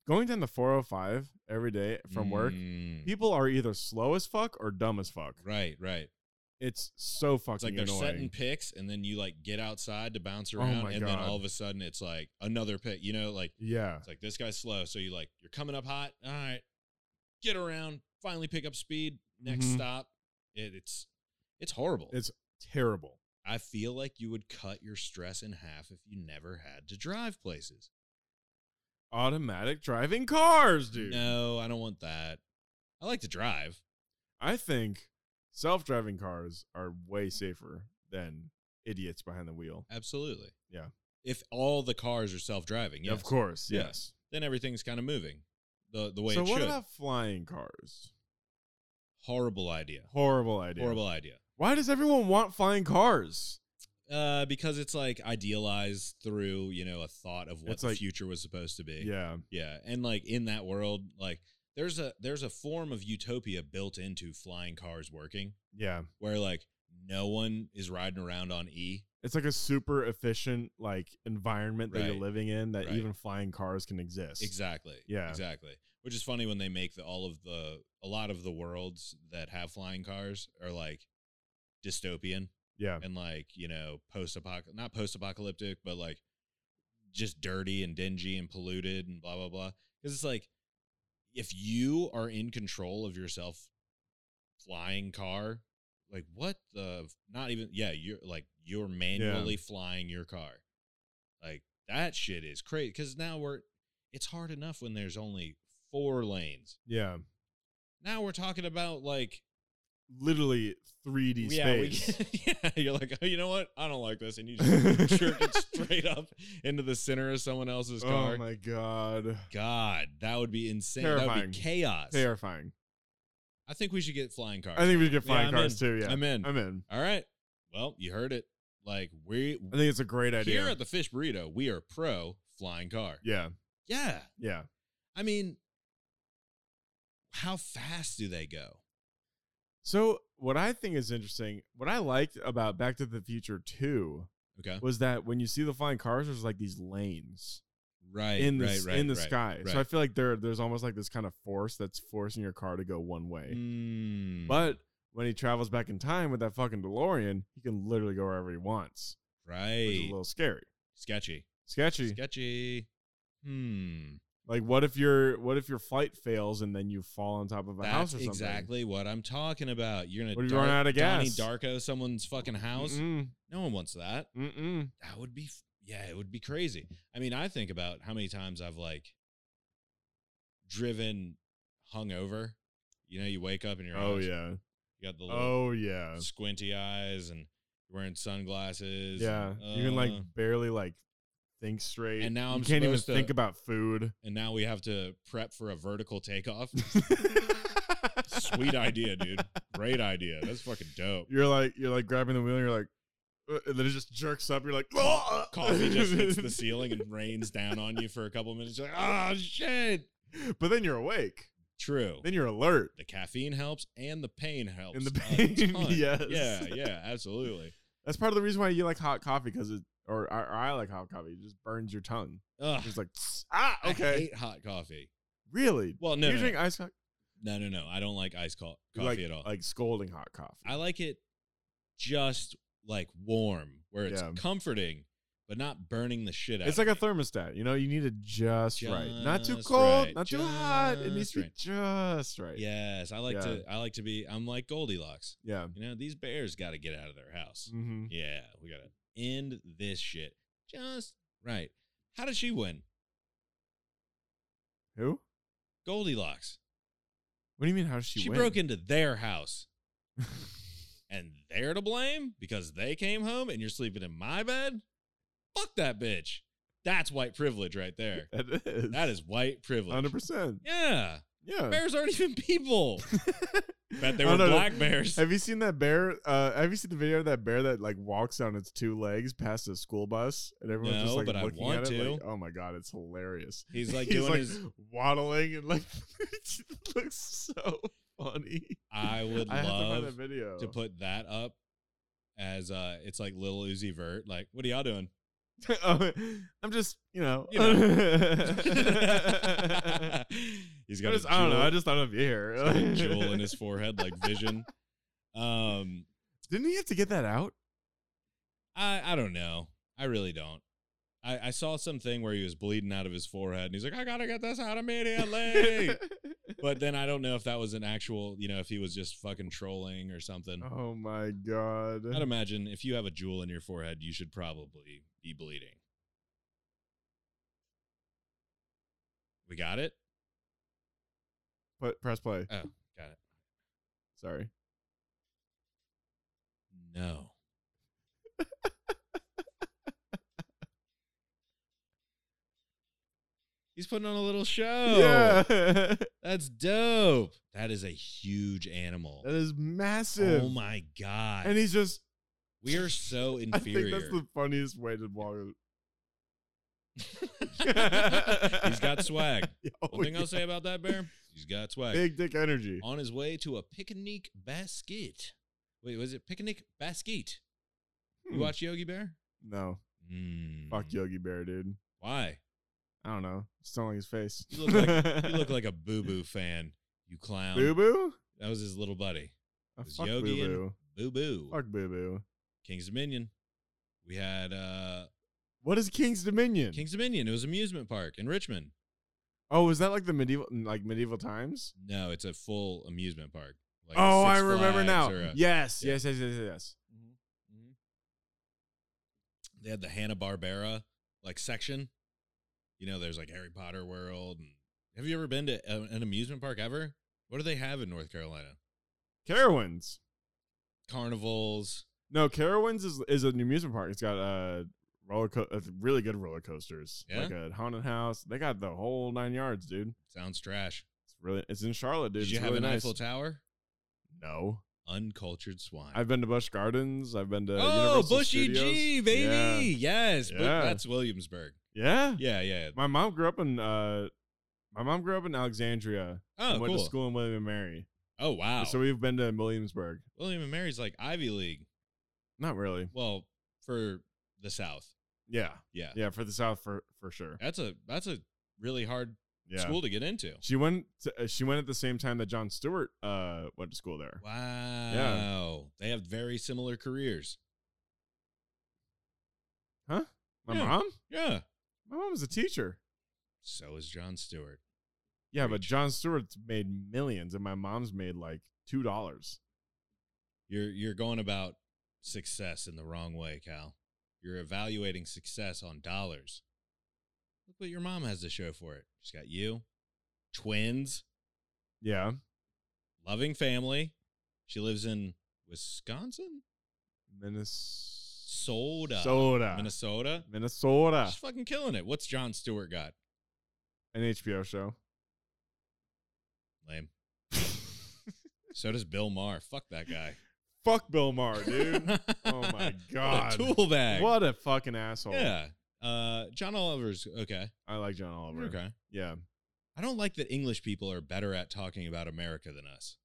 [SPEAKER 1] going down the 405 every day from work
[SPEAKER 2] Mm,
[SPEAKER 1] people are either slow as fuck or dumb as fuck
[SPEAKER 2] Right, right.
[SPEAKER 1] it's so fucking
[SPEAKER 2] It's like they're
[SPEAKER 1] annoying
[SPEAKER 2] setting picks, and then you like get outside to bounce
[SPEAKER 1] Oh
[SPEAKER 2] around,
[SPEAKER 1] my
[SPEAKER 2] and then
[SPEAKER 1] God.
[SPEAKER 2] all of a sudden it's like another pick. You know, like
[SPEAKER 1] yeah
[SPEAKER 2] It's like this guy's slow, so you like you're coming up hot. All right, get around. Finally pick up speed. Next
[SPEAKER 1] Mhm.
[SPEAKER 2] stop. It, it's it's horrible.
[SPEAKER 1] It's- terrible
[SPEAKER 2] I feel like you would cut your stress in half if you never had to drive places.
[SPEAKER 1] automatic driving cars dude
[SPEAKER 2] No, I don't want that. I like to drive.
[SPEAKER 1] i think self-driving cars are way safer than idiots behind the wheel
[SPEAKER 2] Absolutely.
[SPEAKER 1] Yeah.
[SPEAKER 2] If all the cars are self-driving, yes,
[SPEAKER 1] of course
[SPEAKER 2] Yeah.
[SPEAKER 1] yes
[SPEAKER 2] then everything's kind of moving the the way
[SPEAKER 1] so
[SPEAKER 2] it
[SPEAKER 1] what
[SPEAKER 2] should.
[SPEAKER 1] about flying cars
[SPEAKER 2] horrible idea.
[SPEAKER 1] horrible idea
[SPEAKER 2] Horrible idea.
[SPEAKER 1] why does everyone want flying cars
[SPEAKER 2] Uh, because it's like idealized through you know a thought of what
[SPEAKER 1] It's
[SPEAKER 2] the
[SPEAKER 1] like-
[SPEAKER 2] future was supposed to be.
[SPEAKER 1] yeah
[SPEAKER 2] Yeah, and like in that world, like there's a there's a form of utopia built into flying cars working
[SPEAKER 1] yeah
[SPEAKER 2] where like no one is riding around on E.
[SPEAKER 1] it's like a super efficient like environment that
[SPEAKER 2] Right.
[SPEAKER 1] you're living in that
[SPEAKER 2] Right.
[SPEAKER 1] even flying cars can exist.
[SPEAKER 2] Exactly.
[SPEAKER 1] Yeah.
[SPEAKER 2] Exactly. Which is funny when they make the all of the a lot of the worlds that have flying cars are like dystopian
[SPEAKER 1] Yeah.
[SPEAKER 2] and like, you know, post apoc not post apocalyptic, but like just dirty and dingy and polluted and blah blah blah. Cuz it's like if you are in control of your self flying car, like what the f- not even yeah, you're like you're manually flying your car. Like that shit is crazy cuz now we're it's hard enough when there's only four lanes.
[SPEAKER 1] Yeah.
[SPEAKER 2] Now we're talking about like
[SPEAKER 1] Literally 3D
[SPEAKER 2] we-
[SPEAKER 1] space.
[SPEAKER 2] yeah, you're like, oh, you know what? I don't like this, and you just jerk it straight up into the center of someone else's car.
[SPEAKER 1] oh my god.
[SPEAKER 2] God, that would be insane. That
[SPEAKER 1] Terrifying.
[SPEAKER 2] would be chaos.
[SPEAKER 1] Terrifying.
[SPEAKER 2] I think we should get flying cars.
[SPEAKER 1] I think we should get flying
[SPEAKER 2] I'm
[SPEAKER 1] cars
[SPEAKER 2] in.
[SPEAKER 1] too. Yeah.
[SPEAKER 2] I'm in.
[SPEAKER 1] I'm in.
[SPEAKER 2] All right. Well, you heard it. Like we
[SPEAKER 1] I think it's a great idea.
[SPEAKER 2] here at the Fish Burrito, we are pro flying car.
[SPEAKER 1] yeah.
[SPEAKER 2] Yeah.
[SPEAKER 1] Yeah.
[SPEAKER 2] I mean, how fast do they go?
[SPEAKER 1] So what I think is interesting, what I liked about Back to the Future 2
[SPEAKER 2] Okay.
[SPEAKER 1] was that when you see the flying cars, there's like these lanes
[SPEAKER 2] Right.
[SPEAKER 1] in the
[SPEAKER 2] right.
[SPEAKER 1] s-
[SPEAKER 2] Right.
[SPEAKER 1] in the
[SPEAKER 2] right,
[SPEAKER 1] sky.
[SPEAKER 2] Right.
[SPEAKER 1] So I feel like there there's almost like this kind of force that's forcing your car to go one way.
[SPEAKER 2] Mm,
[SPEAKER 1] But when he travels back in time with that fucking DeLorean, he can literally go wherever he wants, which is a
[SPEAKER 2] right.
[SPEAKER 1] little scary,
[SPEAKER 2] Sketchy.
[SPEAKER 1] sketchy.
[SPEAKER 2] Sketchy. Hmm.
[SPEAKER 1] Like, what if your what if your flight fails and then you fall on top of a house
[SPEAKER 2] That's
[SPEAKER 1] or something?
[SPEAKER 2] exactly what I'm talking about. You're gonna
[SPEAKER 1] What if you run out of gas?
[SPEAKER 2] Donnie Darko someone's fucking house.
[SPEAKER 1] Mm-mm,
[SPEAKER 2] No one wants that.
[SPEAKER 1] mm-mm.
[SPEAKER 2] That would be f- yeah, it would be crazy. I mean, I think about how many times I've like driven hungover. You know, you wake up and you're
[SPEAKER 1] Oh
[SPEAKER 2] hungover.
[SPEAKER 1] yeah.
[SPEAKER 2] you got the little
[SPEAKER 1] Oh yeah.
[SPEAKER 2] squinty eyes and you're wearing sunglasses.
[SPEAKER 1] Yeah.
[SPEAKER 2] and,
[SPEAKER 1] you can like
[SPEAKER 2] uh,
[SPEAKER 1] barely like think straight,
[SPEAKER 2] And now
[SPEAKER 1] you
[SPEAKER 2] I'm
[SPEAKER 1] can't even
[SPEAKER 2] supposed to-
[SPEAKER 1] think about food.
[SPEAKER 2] and now we have to prep for a vertical takeoff. Sweet idea, dude. Great idea. That's fucking dope.
[SPEAKER 1] You're like you're like grabbing the wheel. and You're like, uh, and then it just jerks up. You're like, "Ah!"
[SPEAKER 2] coffee just hits the ceiling and rains down on you for a couple minutes. You're like, oh shit.
[SPEAKER 1] But then you're awake.
[SPEAKER 2] True.
[SPEAKER 1] Then you're alert.
[SPEAKER 2] The caffeine helps and the pain helps.
[SPEAKER 1] And the
[SPEAKER 2] a
[SPEAKER 1] pain,
[SPEAKER 2] ton.
[SPEAKER 1] yes.
[SPEAKER 2] Yeah, yeah, absolutely.
[SPEAKER 1] That's part of the reason why you like hot coffee because it, or, or I like hot coffee. It just burns your tongue.
[SPEAKER 2] Ugh,
[SPEAKER 1] It's just like "Tss, ah,
[SPEAKER 2] I
[SPEAKER 1] okay,
[SPEAKER 2] hate hot coffee.
[SPEAKER 1] really.
[SPEAKER 2] Well, no,
[SPEAKER 1] you
[SPEAKER 2] no,
[SPEAKER 1] drink iced co-
[SPEAKER 2] no, no, no. I don't like iced co-
[SPEAKER 1] you
[SPEAKER 2] coffee
[SPEAKER 1] like,
[SPEAKER 2] at all.
[SPEAKER 1] Like scolding hot coffee.
[SPEAKER 2] I like it just like warm, where it's
[SPEAKER 1] Yeah.
[SPEAKER 2] comforting, but not burning the shit out.
[SPEAKER 1] it's
[SPEAKER 2] of
[SPEAKER 1] like a
[SPEAKER 2] me.
[SPEAKER 1] thermostat. You know, you need it just, right. Not too
[SPEAKER 2] Just
[SPEAKER 1] cold,
[SPEAKER 2] right,
[SPEAKER 1] not too hot. It needs
[SPEAKER 2] just
[SPEAKER 1] to be
[SPEAKER 2] right.
[SPEAKER 1] just right.
[SPEAKER 2] Yes, I like
[SPEAKER 1] Yeah.
[SPEAKER 2] to. I like to be. I'm like Goldilocks.
[SPEAKER 1] Yeah.
[SPEAKER 2] You know, these bears got to get out of their house.
[SPEAKER 1] hmm
[SPEAKER 2] Yeah, we gotta end this shit just right. How did she win?
[SPEAKER 1] Who?
[SPEAKER 2] Goldilocks.
[SPEAKER 1] What do you mean? How does she?
[SPEAKER 2] She,
[SPEAKER 1] win?
[SPEAKER 2] broke into their house, and they're to blame because they came home and you're sleeping in my bed. Fuck that bitch. That's white privilege right there.
[SPEAKER 1] That is.
[SPEAKER 2] That is white privilege.
[SPEAKER 1] 100%.
[SPEAKER 2] Yeah.
[SPEAKER 1] Yeah.
[SPEAKER 2] Bears aren't even people. Bet they were
[SPEAKER 1] no, no.
[SPEAKER 2] black bears.
[SPEAKER 1] Have you seen that bear? Uh, have you seen the video of that bear that like walks on its two legs past a school bus and everyone's
[SPEAKER 2] No,
[SPEAKER 1] just like
[SPEAKER 2] but I
[SPEAKER 1] looking
[SPEAKER 2] want
[SPEAKER 1] at it?
[SPEAKER 2] to.
[SPEAKER 1] Like, oh my god, it's hilarious.
[SPEAKER 2] He's like
[SPEAKER 1] He's
[SPEAKER 2] doing
[SPEAKER 1] like
[SPEAKER 2] his.
[SPEAKER 1] waddling and like it looks so funny.
[SPEAKER 2] I would
[SPEAKER 1] I have to find that
[SPEAKER 2] love
[SPEAKER 1] video.
[SPEAKER 2] to put that up as uh, it's like little Uzi Vert. Like, what are y'all doing?
[SPEAKER 1] Oh, I'm just, you know,
[SPEAKER 2] You know.
[SPEAKER 1] I,
[SPEAKER 2] He's got
[SPEAKER 1] just,
[SPEAKER 2] a
[SPEAKER 1] I don't know.
[SPEAKER 2] jewel-
[SPEAKER 1] I just thought of you here.
[SPEAKER 2] he's got a jewel in his forehead, like vision. Um,
[SPEAKER 1] Didn't he have to get that out?
[SPEAKER 2] I I don't know. I really don't. I, I saw something where he was bleeding out of his forehead, and he's like, "I gotta get this out immediately." but then I don't know if that was an actual, you know, if he was just fucking trolling or something.
[SPEAKER 1] oh my god.
[SPEAKER 2] I'd imagine if you have a jewel in your forehead, you should probably be bleeding. We got it.
[SPEAKER 1] Put, press play.
[SPEAKER 2] Oh, got it.
[SPEAKER 1] Sorry.
[SPEAKER 2] No. He's putting on a little show.
[SPEAKER 1] Yeah. that
[SPEAKER 2] That's dope. That is a huge animal.
[SPEAKER 1] is massive.
[SPEAKER 2] Oh my god.
[SPEAKER 1] And he's just
[SPEAKER 2] we are so
[SPEAKER 1] I think
[SPEAKER 2] inferior.
[SPEAKER 1] that's the funniest way to walk.
[SPEAKER 2] He's got swag.
[SPEAKER 1] Oh,
[SPEAKER 2] One thing
[SPEAKER 1] yeah.
[SPEAKER 2] I'll say Oh. about that bear, he's got swag.
[SPEAKER 1] Big dick energy.
[SPEAKER 2] On his way to a picnic basket. Wait, was it picnic basket? You
[SPEAKER 1] Hmm.
[SPEAKER 2] watch Yogi Bear?
[SPEAKER 1] No.
[SPEAKER 2] Mm.
[SPEAKER 1] Fuck Yogi Bear, dude.
[SPEAKER 2] Why?
[SPEAKER 1] I don't know. Just don't like his face.
[SPEAKER 2] You look like you look like a Boo Boo fan. You clown.
[SPEAKER 1] Boo Boo?
[SPEAKER 2] That was his little buddy.
[SPEAKER 1] Oh,
[SPEAKER 2] was
[SPEAKER 1] Fuck Boo
[SPEAKER 2] Yogi and-
[SPEAKER 1] Boo.
[SPEAKER 2] Boo Boo.
[SPEAKER 1] Fuck Boo Boo.
[SPEAKER 2] King's Dominion. We had uh
[SPEAKER 1] What is King's Dominion?
[SPEAKER 2] King's Dominion. It was an amusement park in Richmond.
[SPEAKER 1] oh, is that like the medieval, like medieval times?
[SPEAKER 2] No, it's a full amusement park. Like a
[SPEAKER 1] oh, I
[SPEAKER 2] Six
[SPEAKER 1] remember
[SPEAKER 2] Flags
[SPEAKER 1] now.
[SPEAKER 2] or a-
[SPEAKER 1] yes,
[SPEAKER 2] yeah.
[SPEAKER 1] yes, yes, yes, yes, yes.
[SPEAKER 2] They had the Hanna Barbera like section. You know, there's like Harry Potter World. And have you ever been to a- an amusement park ever? What do they have in North Carolina?
[SPEAKER 1] Carowinds.
[SPEAKER 2] Carnivals.
[SPEAKER 1] No, Carowinds is is an amusement park. It's got uh, roller co- uh, really good roller coasters,
[SPEAKER 2] Yeah?
[SPEAKER 1] like a haunted house. They got the whole nine yards, dude.
[SPEAKER 2] Sounds trash.
[SPEAKER 1] It's really it's in Charlotte, dude.
[SPEAKER 2] Did you
[SPEAKER 1] it's
[SPEAKER 2] have
[SPEAKER 1] really
[SPEAKER 2] an
[SPEAKER 1] nice.
[SPEAKER 2] Eiffel Tower?
[SPEAKER 1] no,
[SPEAKER 2] Uncultured swine.
[SPEAKER 1] I've been to Busch Gardens. I've been to
[SPEAKER 2] oh,
[SPEAKER 1] Universal
[SPEAKER 2] Bushy G,
[SPEAKER 1] Studios.
[SPEAKER 2] baby. Yes. Bu-
[SPEAKER 1] Yeah.
[SPEAKER 2] that's Williamsburg.
[SPEAKER 1] Yeah. yeah,
[SPEAKER 2] Yeah, yeah.
[SPEAKER 1] My mom grew up in uh, my mom grew up in Alexandria.
[SPEAKER 2] Oh,
[SPEAKER 1] and went
[SPEAKER 2] cool.
[SPEAKER 1] to school in William and Mary.
[SPEAKER 2] Oh, wow.
[SPEAKER 1] So we've been to Williamsburg.
[SPEAKER 2] William and Mary's like Ivy League.
[SPEAKER 1] Not really.
[SPEAKER 2] Well, for the South.
[SPEAKER 1] Yeah,
[SPEAKER 2] Yeah.
[SPEAKER 1] yeah, for the South for for sure.
[SPEAKER 2] That's a that's a really hard
[SPEAKER 1] Yeah.
[SPEAKER 2] school to get into.
[SPEAKER 1] She went. To, uh, she went at the same time that John Stewart uh went to school there.
[SPEAKER 2] Wow. They have very similar careers.
[SPEAKER 1] My
[SPEAKER 2] Yeah.
[SPEAKER 1] mom?
[SPEAKER 2] Yeah.
[SPEAKER 1] My mom was a teacher.
[SPEAKER 2] So is John Stewart.
[SPEAKER 1] Yeah, but
[SPEAKER 2] Preach.
[SPEAKER 1] John Stewart's made millions and my mom's made like two dollars.
[SPEAKER 2] You're you're going about success in the wrong way, Cal. You're evaluating success on dollars. Look what your mom has to show for it. She's got you, twins,
[SPEAKER 1] Yeah.
[SPEAKER 2] loving family. She lives in Wisconsin,
[SPEAKER 1] Minnesota.
[SPEAKER 2] Soda,
[SPEAKER 1] Soda.
[SPEAKER 2] Minnesota.
[SPEAKER 1] Minnesota.
[SPEAKER 2] She's fucking killing it. What's John Stewart got?
[SPEAKER 1] An HBO show.
[SPEAKER 2] Lame. so does Bill Maher. Fuck that guy.
[SPEAKER 1] Fuck Bill Maher, dude. oh my god.
[SPEAKER 2] What a tool bag.
[SPEAKER 1] What a fucking asshole.
[SPEAKER 2] Yeah. Uh, John Oliver's okay.
[SPEAKER 1] I like John Oliver.
[SPEAKER 2] Okay.
[SPEAKER 1] Yeah.
[SPEAKER 2] I don't like that English people are better at talking about America than us.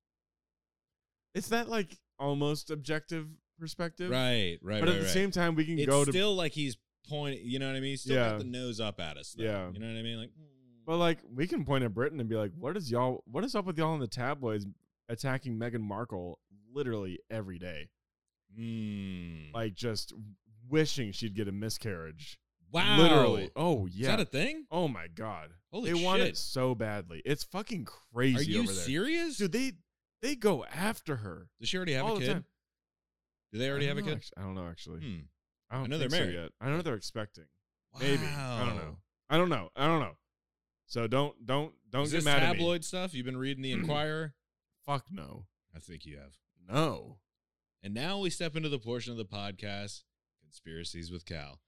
[SPEAKER 1] It's that like almost objective perspective.
[SPEAKER 2] Right. Right.
[SPEAKER 1] But
[SPEAKER 2] right,
[SPEAKER 1] at the
[SPEAKER 2] right.
[SPEAKER 1] same time we can
[SPEAKER 2] it's
[SPEAKER 1] go to
[SPEAKER 2] still like he's pointing. You know what I mean? He's still
[SPEAKER 1] Yeah.
[SPEAKER 2] got the nose up at us. Though,
[SPEAKER 1] Yeah.
[SPEAKER 2] You know what I mean? Like.
[SPEAKER 1] But like we can point at Britain and be like, what is y'all what is up with y'all in the tabloids attacking Meghan Markle literally every day?
[SPEAKER 2] mm.
[SPEAKER 1] Like just wishing she'd get a miscarriage.
[SPEAKER 2] wow.
[SPEAKER 1] Literally. Oh yeah.
[SPEAKER 2] Is that a thing?
[SPEAKER 1] oh my god.
[SPEAKER 2] Holy
[SPEAKER 1] they want it
[SPEAKER 2] shit.
[SPEAKER 1] so badly. It's fucking
[SPEAKER 2] Are
[SPEAKER 1] crazy
[SPEAKER 2] you
[SPEAKER 1] over there.
[SPEAKER 2] serious?
[SPEAKER 1] Dude, they they go after her.
[SPEAKER 2] Does she already have
[SPEAKER 1] all
[SPEAKER 2] a
[SPEAKER 1] the
[SPEAKER 2] kid?
[SPEAKER 1] time.
[SPEAKER 2] Do they already
[SPEAKER 1] I
[SPEAKER 2] have a
[SPEAKER 1] don't know,
[SPEAKER 2] kid?
[SPEAKER 1] actu- I don't know actually.
[SPEAKER 2] Hmm.
[SPEAKER 1] I don't
[SPEAKER 2] know
[SPEAKER 1] think
[SPEAKER 2] they're
[SPEAKER 1] so
[SPEAKER 2] married.
[SPEAKER 1] yet. I know they're expecting. Maybe. I don't know. I don't know. I don't know. So don't don't don't
[SPEAKER 2] Is
[SPEAKER 1] get
[SPEAKER 2] this
[SPEAKER 1] mad at me.
[SPEAKER 2] tabloid stuff? You've been reading the Inquirer.
[SPEAKER 1] Fuck no.
[SPEAKER 2] I think you have.
[SPEAKER 1] No.
[SPEAKER 2] And now we step into the portion of the podcast, Conspiracies with Cal.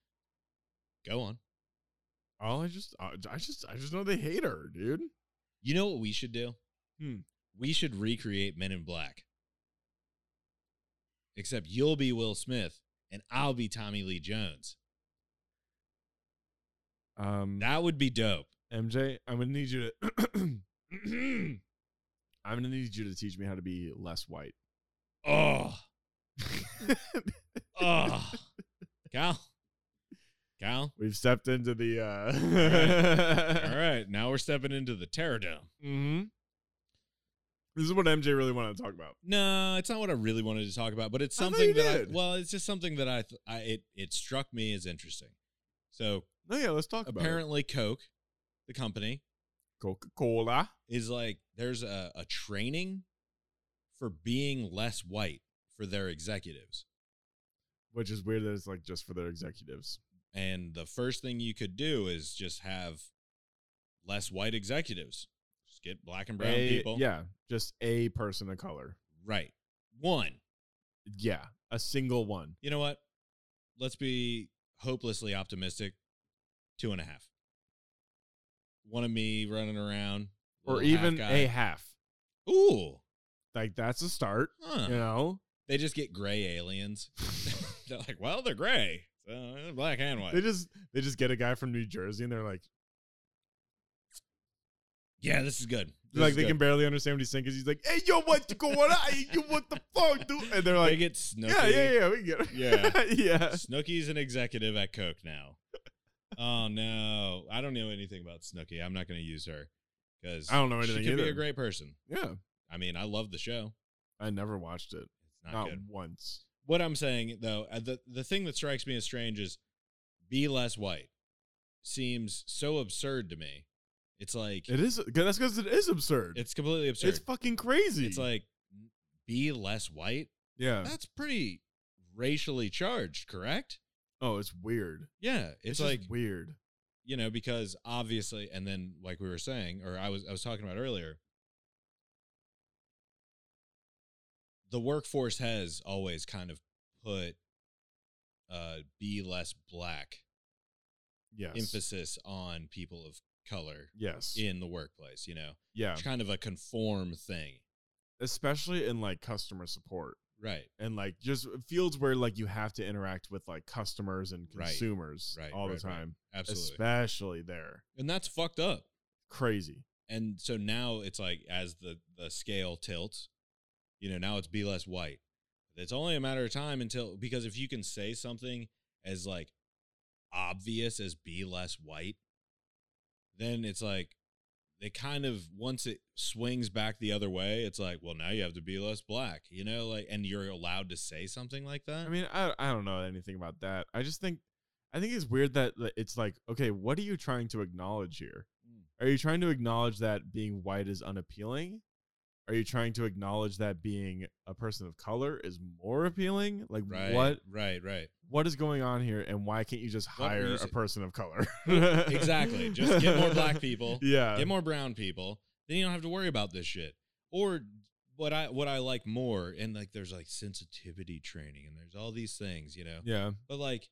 [SPEAKER 2] Go on.
[SPEAKER 1] All I just, I I just, I just know they hate her, dude.
[SPEAKER 2] You know what we should do?
[SPEAKER 1] Hmm.
[SPEAKER 2] We should recreate Men in Black. Except you'll be Will Smith and I'll be Tommy Lee Jones.
[SPEAKER 1] Um,
[SPEAKER 2] That would be dope.
[SPEAKER 1] MJ, I'm gonna need you to, I'm gonna need you to teach me how to be less white.
[SPEAKER 2] Oh, oh. Cal. Cal.
[SPEAKER 1] We've stepped into the. uh
[SPEAKER 2] All right. Now we're stepping into the Terror Dome.
[SPEAKER 1] mm-hmm. This is what MJ really wanted to talk about.
[SPEAKER 2] No, it's not what I really wanted to talk about, but it's
[SPEAKER 1] I thought
[SPEAKER 2] something
[SPEAKER 1] you
[SPEAKER 2] that
[SPEAKER 1] did.
[SPEAKER 2] I, well, it's just something that I, th- I it, it struck me as interesting. So
[SPEAKER 1] No, yeah, let's talk about. it.
[SPEAKER 2] apparently Coke, the company,
[SPEAKER 1] Coca Cola.
[SPEAKER 2] is like there's a, a training for being less white for their executives.
[SPEAKER 1] Which is weird that it's like just for their executives.
[SPEAKER 2] And the first thing you could do is just have less white executives. Just get black and brown
[SPEAKER 1] A-
[SPEAKER 2] people.
[SPEAKER 1] Yeah, just a person of color.
[SPEAKER 2] Right. One.
[SPEAKER 1] Yeah, a single one.
[SPEAKER 2] You know what? Let's be hopelessly optimistic. Two and a half. One of me running around.
[SPEAKER 1] Or
[SPEAKER 2] little half
[SPEAKER 1] even
[SPEAKER 2] guy.
[SPEAKER 1] a half.
[SPEAKER 2] Ooh.
[SPEAKER 1] Like that's a start,
[SPEAKER 2] Huh.
[SPEAKER 1] you know?
[SPEAKER 2] They just get gray aliens. they're like, well, they're gray. So eh, black and white.
[SPEAKER 1] They just they just get a guy from New Jersey and they're like
[SPEAKER 2] yeah, this is good. This
[SPEAKER 1] like
[SPEAKER 2] is
[SPEAKER 1] they
[SPEAKER 2] good.
[SPEAKER 1] can barely understand what he's saying because he's like, "Hey, yo, what you going on? Hey, you what the fuck, dude?" And they're
[SPEAKER 2] they
[SPEAKER 1] like,
[SPEAKER 2] get Snooki.
[SPEAKER 1] "Yeah, yeah, yeah, we get it."
[SPEAKER 2] Yeah.
[SPEAKER 1] yeah.
[SPEAKER 2] Snooki's an executive at Coke now. oh no, I don't know anything about Snooki. I'm not going to use her because
[SPEAKER 1] I don't know anything
[SPEAKER 2] She could be
[SPEAKER 1] either.
[SPEAKER 2] a great person.
[SPEAKER 1] Yeah.
[SPEAKER 2] I mean, I love the show.
[SPEAKER 1] I never watched it.
[SPEAKER 2] It's not,
[SPEAKER 1] Not
[SPEAKER 2] good.
[SPEAKER 1] once.
[SPEAKER 2] What I'm saying though, uh, the the thing that strikes me as strange is be less white seems so absurd to me. It's like
[SPEAKER 1] It is that's cuz it is absurd.
[SPEAKER 2] it's completely absurd.
[SPEAKER 1] It's
[SPEAKER 2] It's,
[SPEAKER 1] fucking crazy.
[SPEAKER 2] like Eh. be less white.
[SPEAKER 1] Yeah.
[SPEAKER 2] That's pretty racially charged, correct?
[SPEAKER 1] Oh, it's weird.
[SPEAKER 2] Yeah, it's,
[SPEAKER 1] just
[SPEAKER 2] like
[SPEAKER 1] weird.
[SPEAKER 2] you know because obviously and then like we were saying or i was i was talking about earlier the workforce has always kind of put uh be less black
[SPEAKER 1] Yes.
[SPEAKER 2] emphasis on people of color
[SPEAKER 1] Yes.
[SPEAKER 2] in the workplace you know
[SPEAKER 1] Yeah.
[SPEAKER 2] it's kind of a conform thing
[SPEAKER 1] Especially in like customer support
[SPEAKER 2] right
[SPEAKER 1] and like just fields where like you have to interact with like customers and
[SPEAKER 2] Right.
[SPEAKER 1] consumers
[SPEAKER 2] Right,
[SPEAKER 1] all
[SPEAKER 2] right,
[SPEAKER 1] the
[SPEAKER 2] right.
[SPEAKER 1] time.
[SPEAKER 2] absolutely
[SPEAKER 1] Especially there.
[SPEAKER 2] and that's fucked up
[SPEAKER 1] Crazy.
[SPEAKER 2] and so now it's like as the the scale tilts you know now it's be less white it's only a matter of time until because if you can say something as like obvious as be less white then it's like they kind of once it swings back the other way it's like well now you have to be less black you know like and you're allowed to say something like that
[SPEAKER 1] I mean, I I don't know anything about that. I just think I think it's weird that li- it's like, okay, what are you trying to acknowledge here?
[SPEAKER 2] Mm.
[SPEAKER 1] Are you trying to acknowledge that being white is unappealing? Are you trying to acknowledge that being a person of color is more appealing? Like
[SPEAKER 2] right
[SPEAKER 1] what
[SPEAKER 2] right right
[SPEAKER 1] what is going on here and why can't you just
[SPEAKER 2] What were you
[SPEAKER 1] hire a
[SPEAKER 2] sa-
[SPEAKER 1] person of color?
[SPEAKER 2] exactly just get more black people
[SPEAKER 1] Yeah.
[SPEAKER 2] get more brown people then you don't have to worry about this shit or what i what i like more and like there's like sensitivity training and there's all these things you know
[SPEAKER 1] yeah.
[SPEAKER 2] but like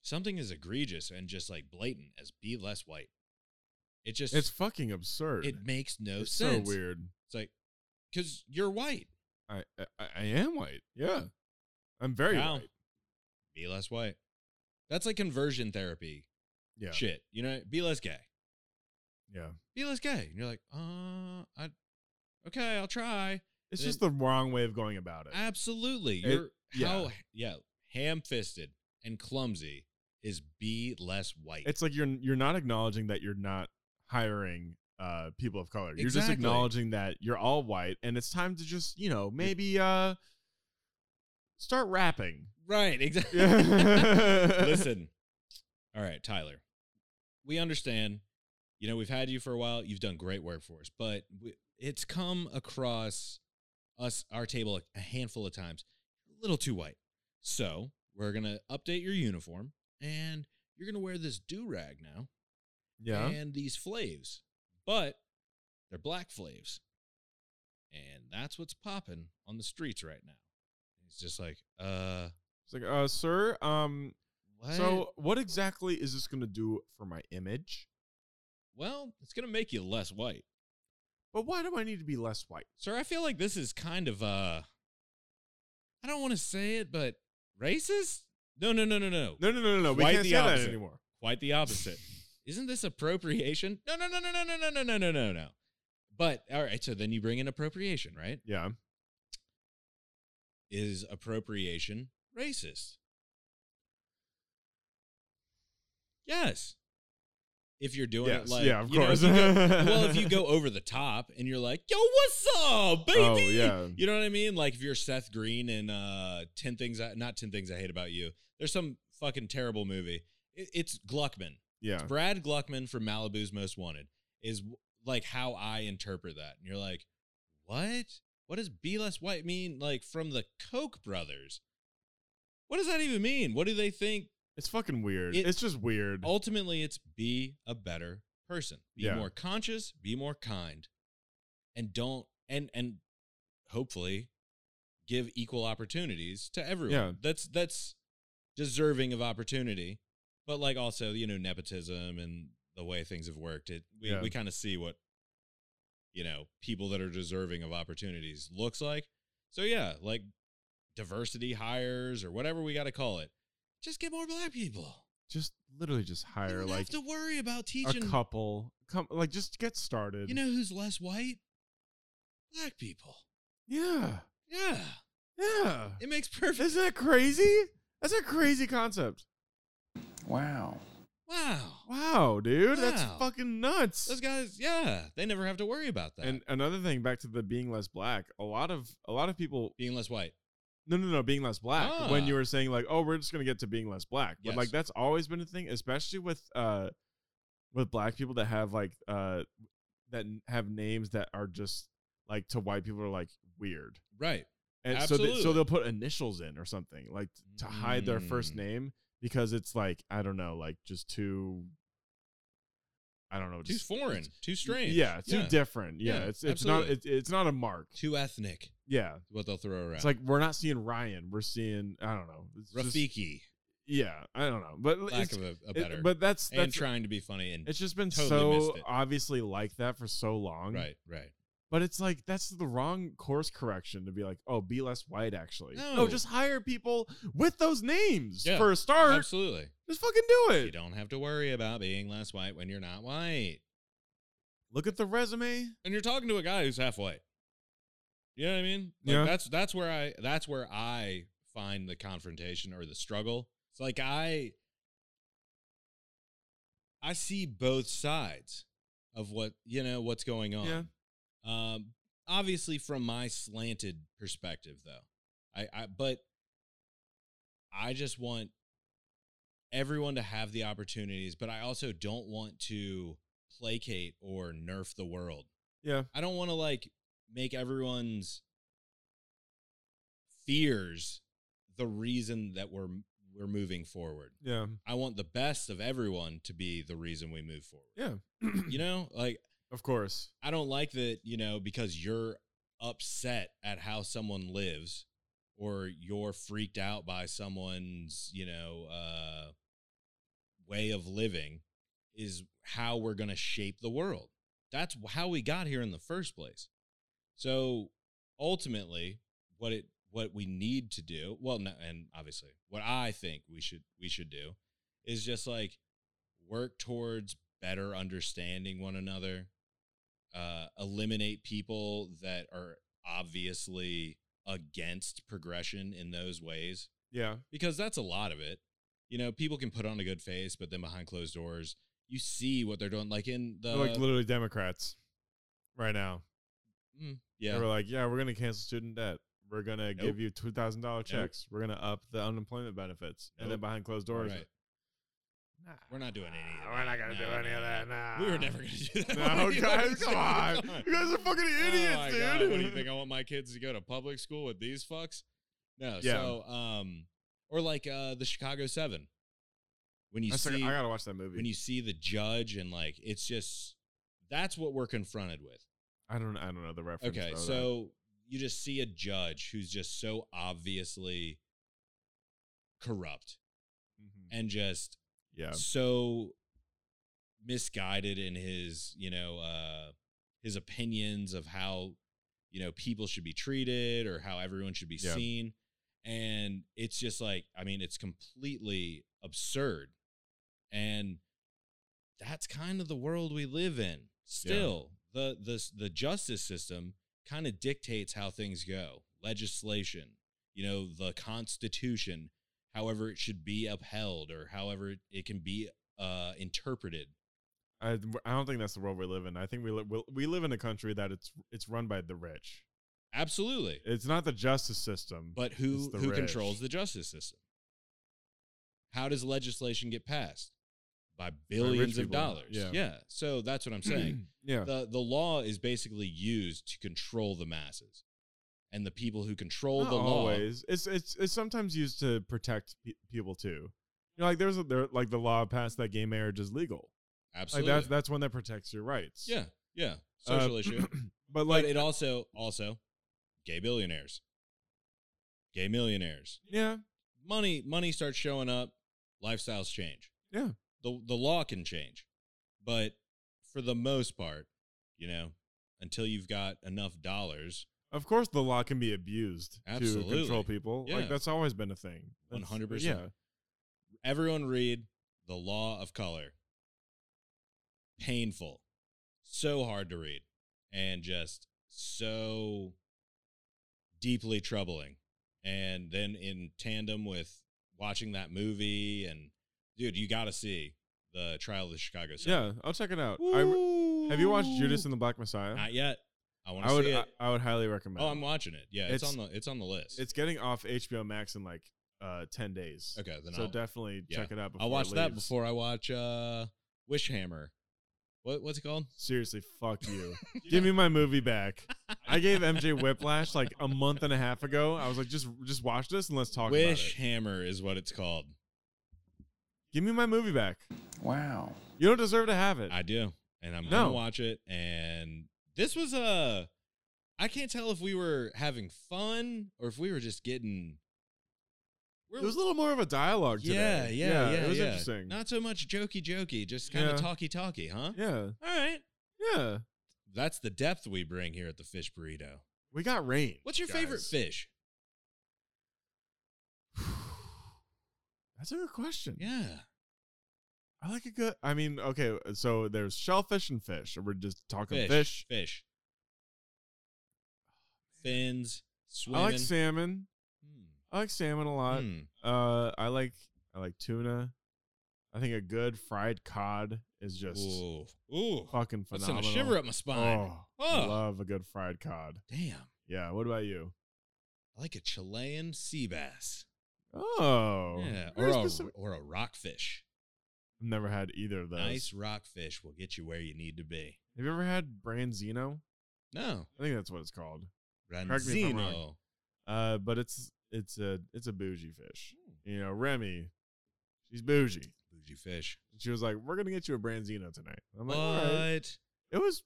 [SPEAKER 2] something is egregious and just like blatant as be less white it just
[SPEAKER 1] It's fucking absurd.
[SPEAKER 2] it makes no
[SPEAKER 1] it's
[SPEAKER 2] sense
[SPEAKER 1] so weird.
[SPEAKER 2] it's like because you're white
[SPEAKER 1] I, I I am white. Yeah. I'm very
[SPEAKER 2] Wow.
[SPEAKER 1] white.
[SPEAKER 2] be less white that's like conversion therapy
[SPEAKER 1] Yeah.
[SPEAKER 2] shit you know be less gay
[SPEAKER 1] Yeah.
[SPEAKER 2] be less gay and you're like uh i okay i'll try
[SPEAKER 1] It's
[SPEAKER 2] Then-
[SPEAKER 1] just the wrong way of going about it.
[SPEAKER 2] Absolutely.
[SPEAKER 1] It-
[SPEAKER 2] You're
[SPEAKER 1] yeah.
[SPEAKER 2] how yeah, ham fisted and clumsy is be less white.
[SPEAKER 1] It's like you're you're not acknowledging that you're not hiring uh people of color. You're just
[SPEAKER 2] Exactly.
[SPEAKER 1] acknowledging that you're all white and it's time to just, you know, maybe uh start rapping.
[SPEAKER 2] right, exactly.
[SPEAKER 1] Listen.
[SPEAKER 2] Listen. All right, Tyler. We understand. You know, we've had you for a while. You've done great work for us, but we, it's come across us our table a handful of times, a little too white. So, we're going to update your uniform and you're going to wear this do-rag now.
[SPEAKER 1] Yeah.
[SPEAKER 2] and these flaves, but they're black flaves. And that's what's popping on the streets right now. It's just like, uh,
[SPEAKER 1] It's like, uh, sir, um,
[SPEAKER 2] What?
[SPEAKER 1] So, what exactly is this going to do for my image?
[SPEAKER 2] well, it's gonna make you less white,
[SPEAKER 1] But why do I need to be less white?
[SPEAKER 2] sir. I feel like this is kind of uh, I don't want to say it, but racist. No, no, no, no, no.
[SPEAKER 1] No, no, no, no, no. We
[SPEAKER 2] Quite
[SPEAKER 1] can't
[SPEAKER 2] the
[SPEAKER 1] say that
[SPEAKER 2] opposite.
[SPEAKER 1] anymore.
[SPEAKER 2] Quite the opposite. Isn't this appropriation? No, no, no, no, no, no, no, no, no, no, no, no. But all right, so then you bring in appropriation, right?
[SPEAKER 1] Yeah.
[SPEAKER 2] Is appropriation racist? Yes. If you're doing
[SPEAKER 1] Yes.
[SPEAKER 2] it like
[SPEAKER 1] yeah, of
[SPEAKER 2] you know, if
[SPEAKER 1] course.
[SPEAKER 2] you go- well, if you go over the top and you're like, "Yo, what's up, baby?"
[SPEAKER 1] Oh, yeah.
[SPEAKER 2] You know what I mean? Like if you're Seth Green in uh, Ten Things I Not Ten Things I Hate About You. There's some fucking terrible movie. It, it's Gluckman.
[SPEAKER 1] Yeah.
[SPEAKER 2] It's Brad Gluckman from Malibu's Most Wanted is w- like how I interpret that. And you're like, what? What does be less white mean? Like from the Koch brothers. What does that even mean? What do they think?
[SPEAKER 1] It's fucking weird.
[SPEAKER 2] It- Oh
[SPEAKER 1] it's just weird.
[SPEAKER 2] Ultimately, it's be a better person. Be
[SPEAKER 1] Yeah.
[SPEAKER 2] more conscious, be more kind, and don't and and hopefully give equal opportunities to everyone.
[SPEAKER 1] Yeah.
[SPEAKER 2] That's that's deserving of opportunity. But like also, you know, nepotism and the way things have worked, it we,
[SPEAKER 1] Yeah.
[SPEAKER 2] we kind of see what you know, people that are deserving of opportunities looks like. So yeah, like diversity hires or whatever we got to call it. Just get more black people.
[SPEAKER 1] just literally just
[SPEAKER 2] You
[SPEAKER 1] hire
[SPEAKER 2] don't
[SPEAKER 1] like
[SPEAKER 2] have to worry about
[SPEAKER 1] a
[SPEAKER 2] teaching.
[SPEAKER 1] couple. Come, like just get started.
[SPEAKER 2] You know who's less white? Black people.
[SPEAKER 1] Yeah.
[SPEAKER 2] Yeah,
[SPEAKER 1] Yeah.
[SPEAKER 2] it makes perfect.
[SPEAKER 1] Isn't that crazy? That's a crazy concept.
[SPEAKER 4] Wow.
[SPEAKER 2] Wow,
[SPEAKER 1] Wow, dude. That's
[SPEAKER 2] Wow.
[SPEAKER 1] fucking nuts.
[SPEAKER 2] those guys. Yeah, they never have to worry about that.
[SPEAKER 1] And another thing, back to the being less black. A lot of a lot of people.
[SPEAKER 2] being less white.
[SPEAKER 1] No, no, no. Being less black. When you
[SPEAKER 2] Ah.
[SPEAKER 1] were saying like, oh, we're just gonna get to being less black, but like
[SPEAKER 2] Yes.
[SPEAKER 1] that's always been a thing, especially with uh, with black people that have like uh, that n- have names that are just like to white people are like weird.
[SPEAKER 2] Right.
[SPEAKER 1] And so, they, so
[SPEAKER 2] Absolutely.
[SPEAKER 1] they'll put initials in or something like t- to hide their first
[SPEAKER 2] Mm.
[SPEAKER 1] name because it's like I don't know, like just too. I don't know.
[SPEAKER 2] Too
[SPEAKER 1] just-
[SPEAKER 2] foreign. Too strange.
[SPEAKER 1] Yeah, too different. Yeah,
[SPEAKER 2] Yeah,
[SPEAKER 1] it's it's not
[SPEAKER 2] absolutely.
[SPEAKER 1] it's, it's not a mark.
[SPEAKER 2] Too ethnic. is
[SPEAKER 1] Yeah,
[SPEAKER 2] What they'll throw around.
[SPEAKER 1] it's like we're not seeing Ryan. We're seeing I don't know. It's just-
[SPEAKER 2] Rafiki.
[SPEAKER 1] yeah, I don't know. But
[SPEAKER 2] lack
[SPEAKER 1] it's-
[SPEAKER 2] of a, a
[SPEAKER 1] it-
[SPEAKER 2] better.
[SPEAKER 1] but that's
[SPEAKER 2] and
[SPEAKER 1] that's
[SPEAKER 2] trying to be funny and
[SPEAKER 1] it's just been
[SPEAKER 2] totally
[SPEAKER 1] so
[SPEAKER 2] missed it.
[SPEAKER 1] obviously like that for so long.
[SPEAKER 2] right, right.
[SPEAKER 1] But it's like that's the wrong course correction to be like, oh, be less white. Actually, Oh,
[SPEAKER 2] No.
[SPEAKER 1] just hire people with those names
[SPEAKER 2] Yeah,
[SPEAKER 1] for a start.
[SPEAKER 2] Absolutely.
[SPEAKER 1] Just fucking do
[SPEAKER 2] You
[SPEAKER 1] it.
[SPEAKER 2] don't have to worry about being less white when you're not white.
[SPEAKER 1] Look at the resume.
[SPEAKER 2] and you're talking to a guy who's half white. You know what I mean? Like,
[SPEAKER 1] Yeah.
[SPEAKER 2] That's that's where I that's where I find the confrontation or the struggle. It's like I I see both sides of what you know what's going on.
[SPEAKER 1] Yeah.
[SPEAKER 2] Um, obviously from my slanted perspective though. I, I but I just want everyone to have the opportunities, but I also don't want to placate or nerf the world.
[SPEAKER 1] Yeah,
[SPEAKER 2] I don't want to like make everyone's fears the reason that we're we're moving forward.
[SPEAKER 1] yeah,
[SPEAKER 2] I want the best of everyone to be the reason we move forward.
[SPEAKER 1] yeah.
[SPEAKER 2] You know, like
[SPEAKER 1] of course.
[SPEAKER 2] I don't like that, you know, because you're upset at how someone lives or you're freaked out by someone's, you know, uh way of living is how we're going to shape the world. That's how we got here in the first place. So ultimately, what it what we need to do, well, no, and obviously, what I think we should we should do is just like work towards better understanding one another, uh, eliminate people that are obviously against progression in those ways
[SPEAKER 1] Yeah,
[SPEAKER 2] because that's a lot of it. You know, people can put on a good face, but then behind closed doors, you see what they're doing. Like in the
[SPEAKER 1] They're like literally Democrats right now.
[SPEAKER 2] Mm, yeah,
[SPEAKER 1] They were like, yeah, we're gonna cancel student debt. We're gonna give
[SPEAKER 2] Nope.
[SPEAKER 1] you two thousand dollar checks. We're gonna up the unemployment benefits, and then
[SPEAKER 2] Nope.
[SPEAKER 1] behind closed doors,
[SPEAKER 2] Right.
[SPEAKER 1] nah,
[SPEAKER 2] we're not doing any. Of that.
[SPEAKER 1] Ah, we're not gonna
[SPEAKER 2] No,
[SPEAKER 1] do any
[SPEAKER 2] no,
[SPEAKER 1] of that. Nah.
[SPEAKER 2] no. We were never gonna do that.
[SPEAKER 1] No,
[SPEAKER 2] What are you
[SPEAKER 1] guys,
[SPEAKER 2] fucking
[SPEAKER 1] come on.
[SPEAKER 2] saying?
[SPEAKER 1] You guys are fucking idiots,
[SPEAKER 2] oh my
[SPEAKER 1] dude.
[SPEAKER 2] God, what do you think? I want my kids to go to public school with these fucks? No.
[SPEAKER 1] Yeah.
[SPEAKER 2] So, um, or like uh, the Chicago Seven. When you
[SPEAKER 1] I,
[SPEAKER 2] see,
[SPEAKER 1] still- I gotta watch that movie.
[SPEAKER 2] E when you see the judge and like, it's just that's what we're confronted with.
[SPEAKER 1] I don't, I don't know the reference.
[SPEAKER 2] Okay,
[SPEAKER 1] though, that-
[SPEAKER 2] so you just see a judge who's just so obviously corrupt and just
[SPEAKER 1] Mm-hmm. yeah.
[SPEAKER 2] so misguided in his you know uh his opinions of how you know people should be treated or how everyone should be
[SPEAKER 1] Yeah.
[SPEAKER 2] seen and it's just like i mean it's completely absurd and that's kind of the world we live in still the the the justice system kind of dictates how things go legislation you know the constitution however it should be upheld or however it- it can be uh interpreted
[SPEAKER 1] I, I don't think that's the world we live in. I think we li- we- we live in a country that it's it's run by the rich.
[SPEAKER 2] absolutely
[SPEAKER 1] It's not the justice system,
[SPEAKER 2] but who
[SPEAKER 1] it's the
[SPEAKER 2] who
[SPEAKER 1] rich.
[SPEAKER 2] controls the justice system how does legislation get passed by billions of
[SPEAKER 1] people.
[SPEAKER 2] dollars
[SPEAKER 1] Yeah.
[SPEAKER 2] yeah so that's what i'm saying
[SPEAKER 1] yeah,
[SPEAKER 2] the the law is basically used to control the masses and the people who control
[SPEAKER 1] Not
[SPEAKER 2] the law
[SPEAKER 1] always. It's it's it's sometimes used to protect pe- people too. You know, like there's a, there like the law passed that gay marriage is legal.
[SPEAKER 2] absolutely
[SPEAKER 1] Like that's that's one that protects your rights.
[SPEAKER 2] yeah yeah
[SPEAKER 1] Uh,
[SPEAKER 2] social issue
[SPEAKER 1] but
[SPEAKER 2] like
[SPEAKER 1] like
[SPEAKER 2] it also also gay billionaires gay millionaires
[SPEAKER 1] yeah,
[SPEAKER 2] money money starts showing up lifestyles change
[SPEAKER 1] Yeah.
[SPEAKER 2] the the law can change but for the most part you know until you've got enough dollars
[SPEAKER 1] of course the law can be abused to
[SPEAKER 2] Absolutely.
[SPEAKER 1] control people.
[SPEAKER 2] Yeah.
[SPEAKER 1] Like that's always been a thing. That's-
[SPEAKER 2] 100%. everyone read the law of color painful so hard to read and just so deeply troubling and then in tandem with watching that movie and dude you got to see the trial of the chicago
[SPEAKER 1] Yeah. Yeah, I'll check it out. I re- have you watched Judas and the Black Messiah?
[SPEAKER 2] Not yet. I want
[SPEAKER 1] I
[SPEAKER 2] to
[SPEAKER 1] would
[SPEAKER 2] see
[SPEAKER 1] I,
[SPEAKER 2] it.
[SPEAKER 1] I would highly recommend.
[SPEAKER 2] oh, I'm watching it. Yeah, it's,
[SPEAKER 1] It's-
[SPEAKER 2] on the it's on the list.
[SPEAKER 1] It's getting off HBO Max in like uh 10 days.
[SPEAKER 2] okay. Then
[SPEAKER 1] so
[SPEAKER 2] I'll,
[SPEAKER 1] definitely
[SPEAKER 2] yeah.
[SPEAKER 1] check it out before
[SPEAKER 2] I'll
[SPEAKER 1] it
[SPEAKER 2] watch that
[SPEAKER 1] leaves.
[SPEAKER 2] before I watch uh Wishhammer. What what's it called?
[SPEAKER 1] Seriously, fuck you. Give me my movie back. I gave MJ Whiplash like a month and a half ago. I was like, just just watch this and let's talk about it.
[SPEAKER 2] Wishhammer is what it's called.
[SPEAKER 1] Give me my movie back.
[SPEAKER 4] Wow.
[SPEAKER 1] You don't deserve to have it.
[SPEAKER 2] I do, and I'm
[SPEAKER 1] No.
[SPEAKER 2] gonna watch it. And this was a. I can't tell if we were having fun or if we were just getting. We're,
[SPEAKER 1] it was a little more of a dialogue
[SPEAKER 2] yeah, yeah,
[SPEAKER 1] today.
[SPEAKER 2] yeah,
[SPEAKER 1] It was
[SPEAKER 2] yeah.
[SPEAKER 1] interesting.
[SPEAKER 2] Not so much jokey, jokey, just kind
[SPEAKER 1] Yeah.
[SPEAKER 2] of talky, talky, huh?
[SPEAKER 1] yeah,
[SPEAKER 2] All right,
[SPEAKER 1] yeah.
[SPEAKER 2] that's the depth we bring here at the Fish Burrito.
[SPEAKER 1] We got rain.
[SPEAKER 2] What's your favorite
[SPEAKER 1] guys.
[SPEAKER 2] fish?
[SPEAKER 1] That's a good question.
[SPEAKER 2] Yeah.
[SPEAKER 1] I like a good. I mean, okay, so there's shellfish and fish. We're just talking
[SPEAKER 2] Fish.
[SPEAKER 1] fish. Oh,
[SPEAKER 2] Fish. Fins. Swimming.
[SPEAKER 1] I like salmon.
[SPEAKER 2] Hmm.
[SPEAKER 1] I like salmon a lot.
[SPEAKER 2] Hmm.
[SPEAKER 1] Uh, I like I like tuna. I think a good fried cod is just
[SPEAKER 2] Ooh. Ooh.
[SPEAKER 1] fucking
[SPEAKER 2] That's sending
[SPEAKER 1] phenomenal.
[SPEAKER 2] a shiver up my spine.
[SPEAKER 1] Oh,
[SPEAKER 2] Oh.
[SPEAKER 1] I love a good fried cod.
[SPEAKER 2] Damn.
[SPEAKER 1] Yeah. What about you?
[SPEAKER 2] I like a Chilean sea bass.
[SPEAKER 1] Oh,
[SPEAKER 2] yeah. Or
[SPEAKER 1] very
[SPEAKER 2] a,
[SPEAKER 1] specific.
[SPEAKER 2] or a rockfish.
[SPEAKER 1] I've never had either of those.
[SPEAKER 2] Nice rockfish will get you where you need to be.
[SPEAKER 1] Have you ever had branzino?
[SPEAKER 2] No.
[SPEAKER 1] I think that's what it's called. me if I'm
[SPEAKER 2] Ranzino.
[SPEAKER 1] wrong. Uh, but it's it's a it's a bougie fish.
[SPEAKER 2] Hmm.
[SPEAKER 1] You know, Remy, she's bougie.
[SPEAKER 2] Bougie fish.
[SPEAKER 1] She was like, "We're gonna get you a branzino tonight." I'm like,
[SPEAKER 2] but,
[SPEAKER 1] "All right." It was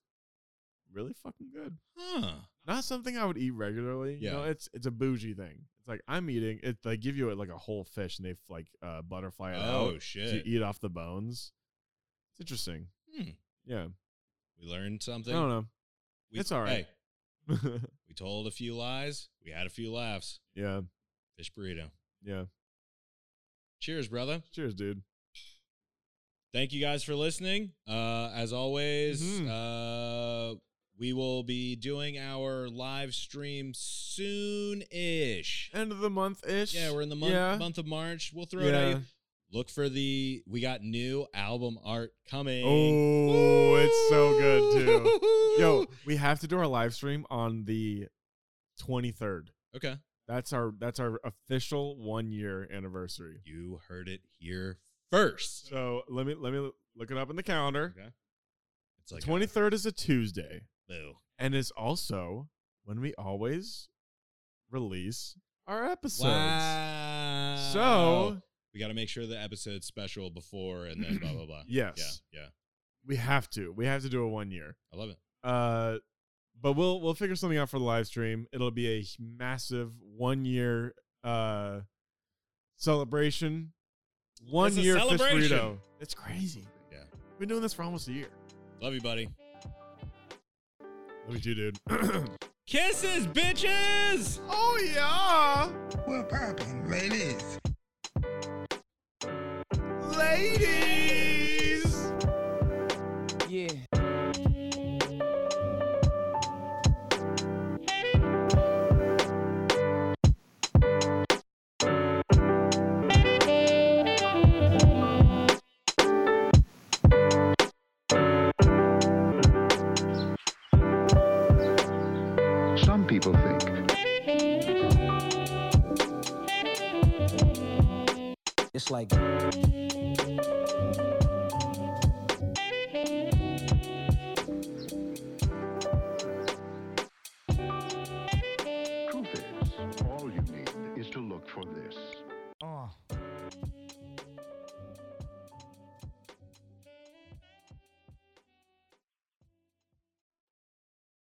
[SPEAKER 1] really fucking good.
[SPEAKER 2] huh.
[SPEAKER 1] Not something I would eat regularly.
[SPEAKER 2] Yeah.
[SPEAKER 1] You know, it's it's a bougie thing. It's like I'm eating. It they give you like a whole fish and they like uh, butterfly it out.
[SPEAKER 2] Oh,
[SPEAKER 1] to
[SPEAKER 2] shit.
[SPEAKER 1] eat off the bones. It's interesting.
[SPEAKER 2] Hmm.
[SPEAKER 1] Yeah.
[SPEAKER 2] We learned something.
[SPEAKER 1] I don't know.
[SPEAKER 2] We-
[SPEAKER 1] It's all right.
[SPEAKER 2] hey, we told a few lies. We had a few laughs.
[SPEAKER 1] yeah.
[SPEAKER 2] Fish burrito.
[SPEAKER 1] Yeah.
[SPEAKER 2] Cheers, brother.
[SPEAKER 1] Cheers, dude.
[SPEAKER 2] Thank you guys for listening. Uh, as always,
[SPEAKER 1] Mm-hmm.
[SPEAKER 2] uh, we will be doing our live stream soon ish.
[SPEAKER 1] End of the month ish.
[SPEAKER 2] Yeah, we're in the month,
[SPEAKER 1] Yeah.
[SPEAKER 2] month of March. We'll throw it
[SPEAKER 1] yeah.
[SPEAKER 2] at you. Look for the, we got new album art coming.
[SPEAKER 1] Oh, it's so good too.
[SPEAKER 2] too.
[SPEAKER 1] Yo, we have to do our live stream on the 23rd.
[SPEAKER 2] Okay.
[SPEAKER 1] That's our that's our official one year anniversary.
[SPEAKER 2] You heard it here first.
[SPEAKER 1] So let me let me look it up in the calendar.
[SPEAKER 2] Okay. It's like a-
[SPEAKER 1] Twenty third is a Tuesday,
[SPEAKER 2] Boo.
[SPEAKER 1] and is also when we always release our episodes.
[SPEAKER 2] Wow.
[SPEAKER 1] So
[SPEAKER 2] we got to make sure the episode's special before and then blah, blah, blah.
[SPEAKER 1] Yes.
[SPEAKER 2] Yeah. Yeah.
[SPEAKER 1] we have to we have to do a one year.
[SPEAKER 2] I love it.
[SPEAKER 1] Uh, but we'll we'll figure something out for the live stream. It'll be a massive one year uh celebration. One
[SPEAKER 2] It's a
[SPEAKER 1] year fish
[SPEAKER 2] celebration.
[SPEAKER 1] burrito. It's crazy.
[SPEAKER 2] Yeah.
[SPEAKER 1] We've been doing this for almost a year.
[SPEAKER 2] Love you, buddy.
[SPEAKER 1] Let me do, dude.
[SPEAKER 2] Kisses, bitches.
[SPEAKER 1] oh yeah,
[SPEAKER 5] We're popping, ladies.
[SPEAKER 1] ladies.
[SPEAKER 4] Yeah.
[SPEAKER 5] Some people think
[SPEAKER 4] It's like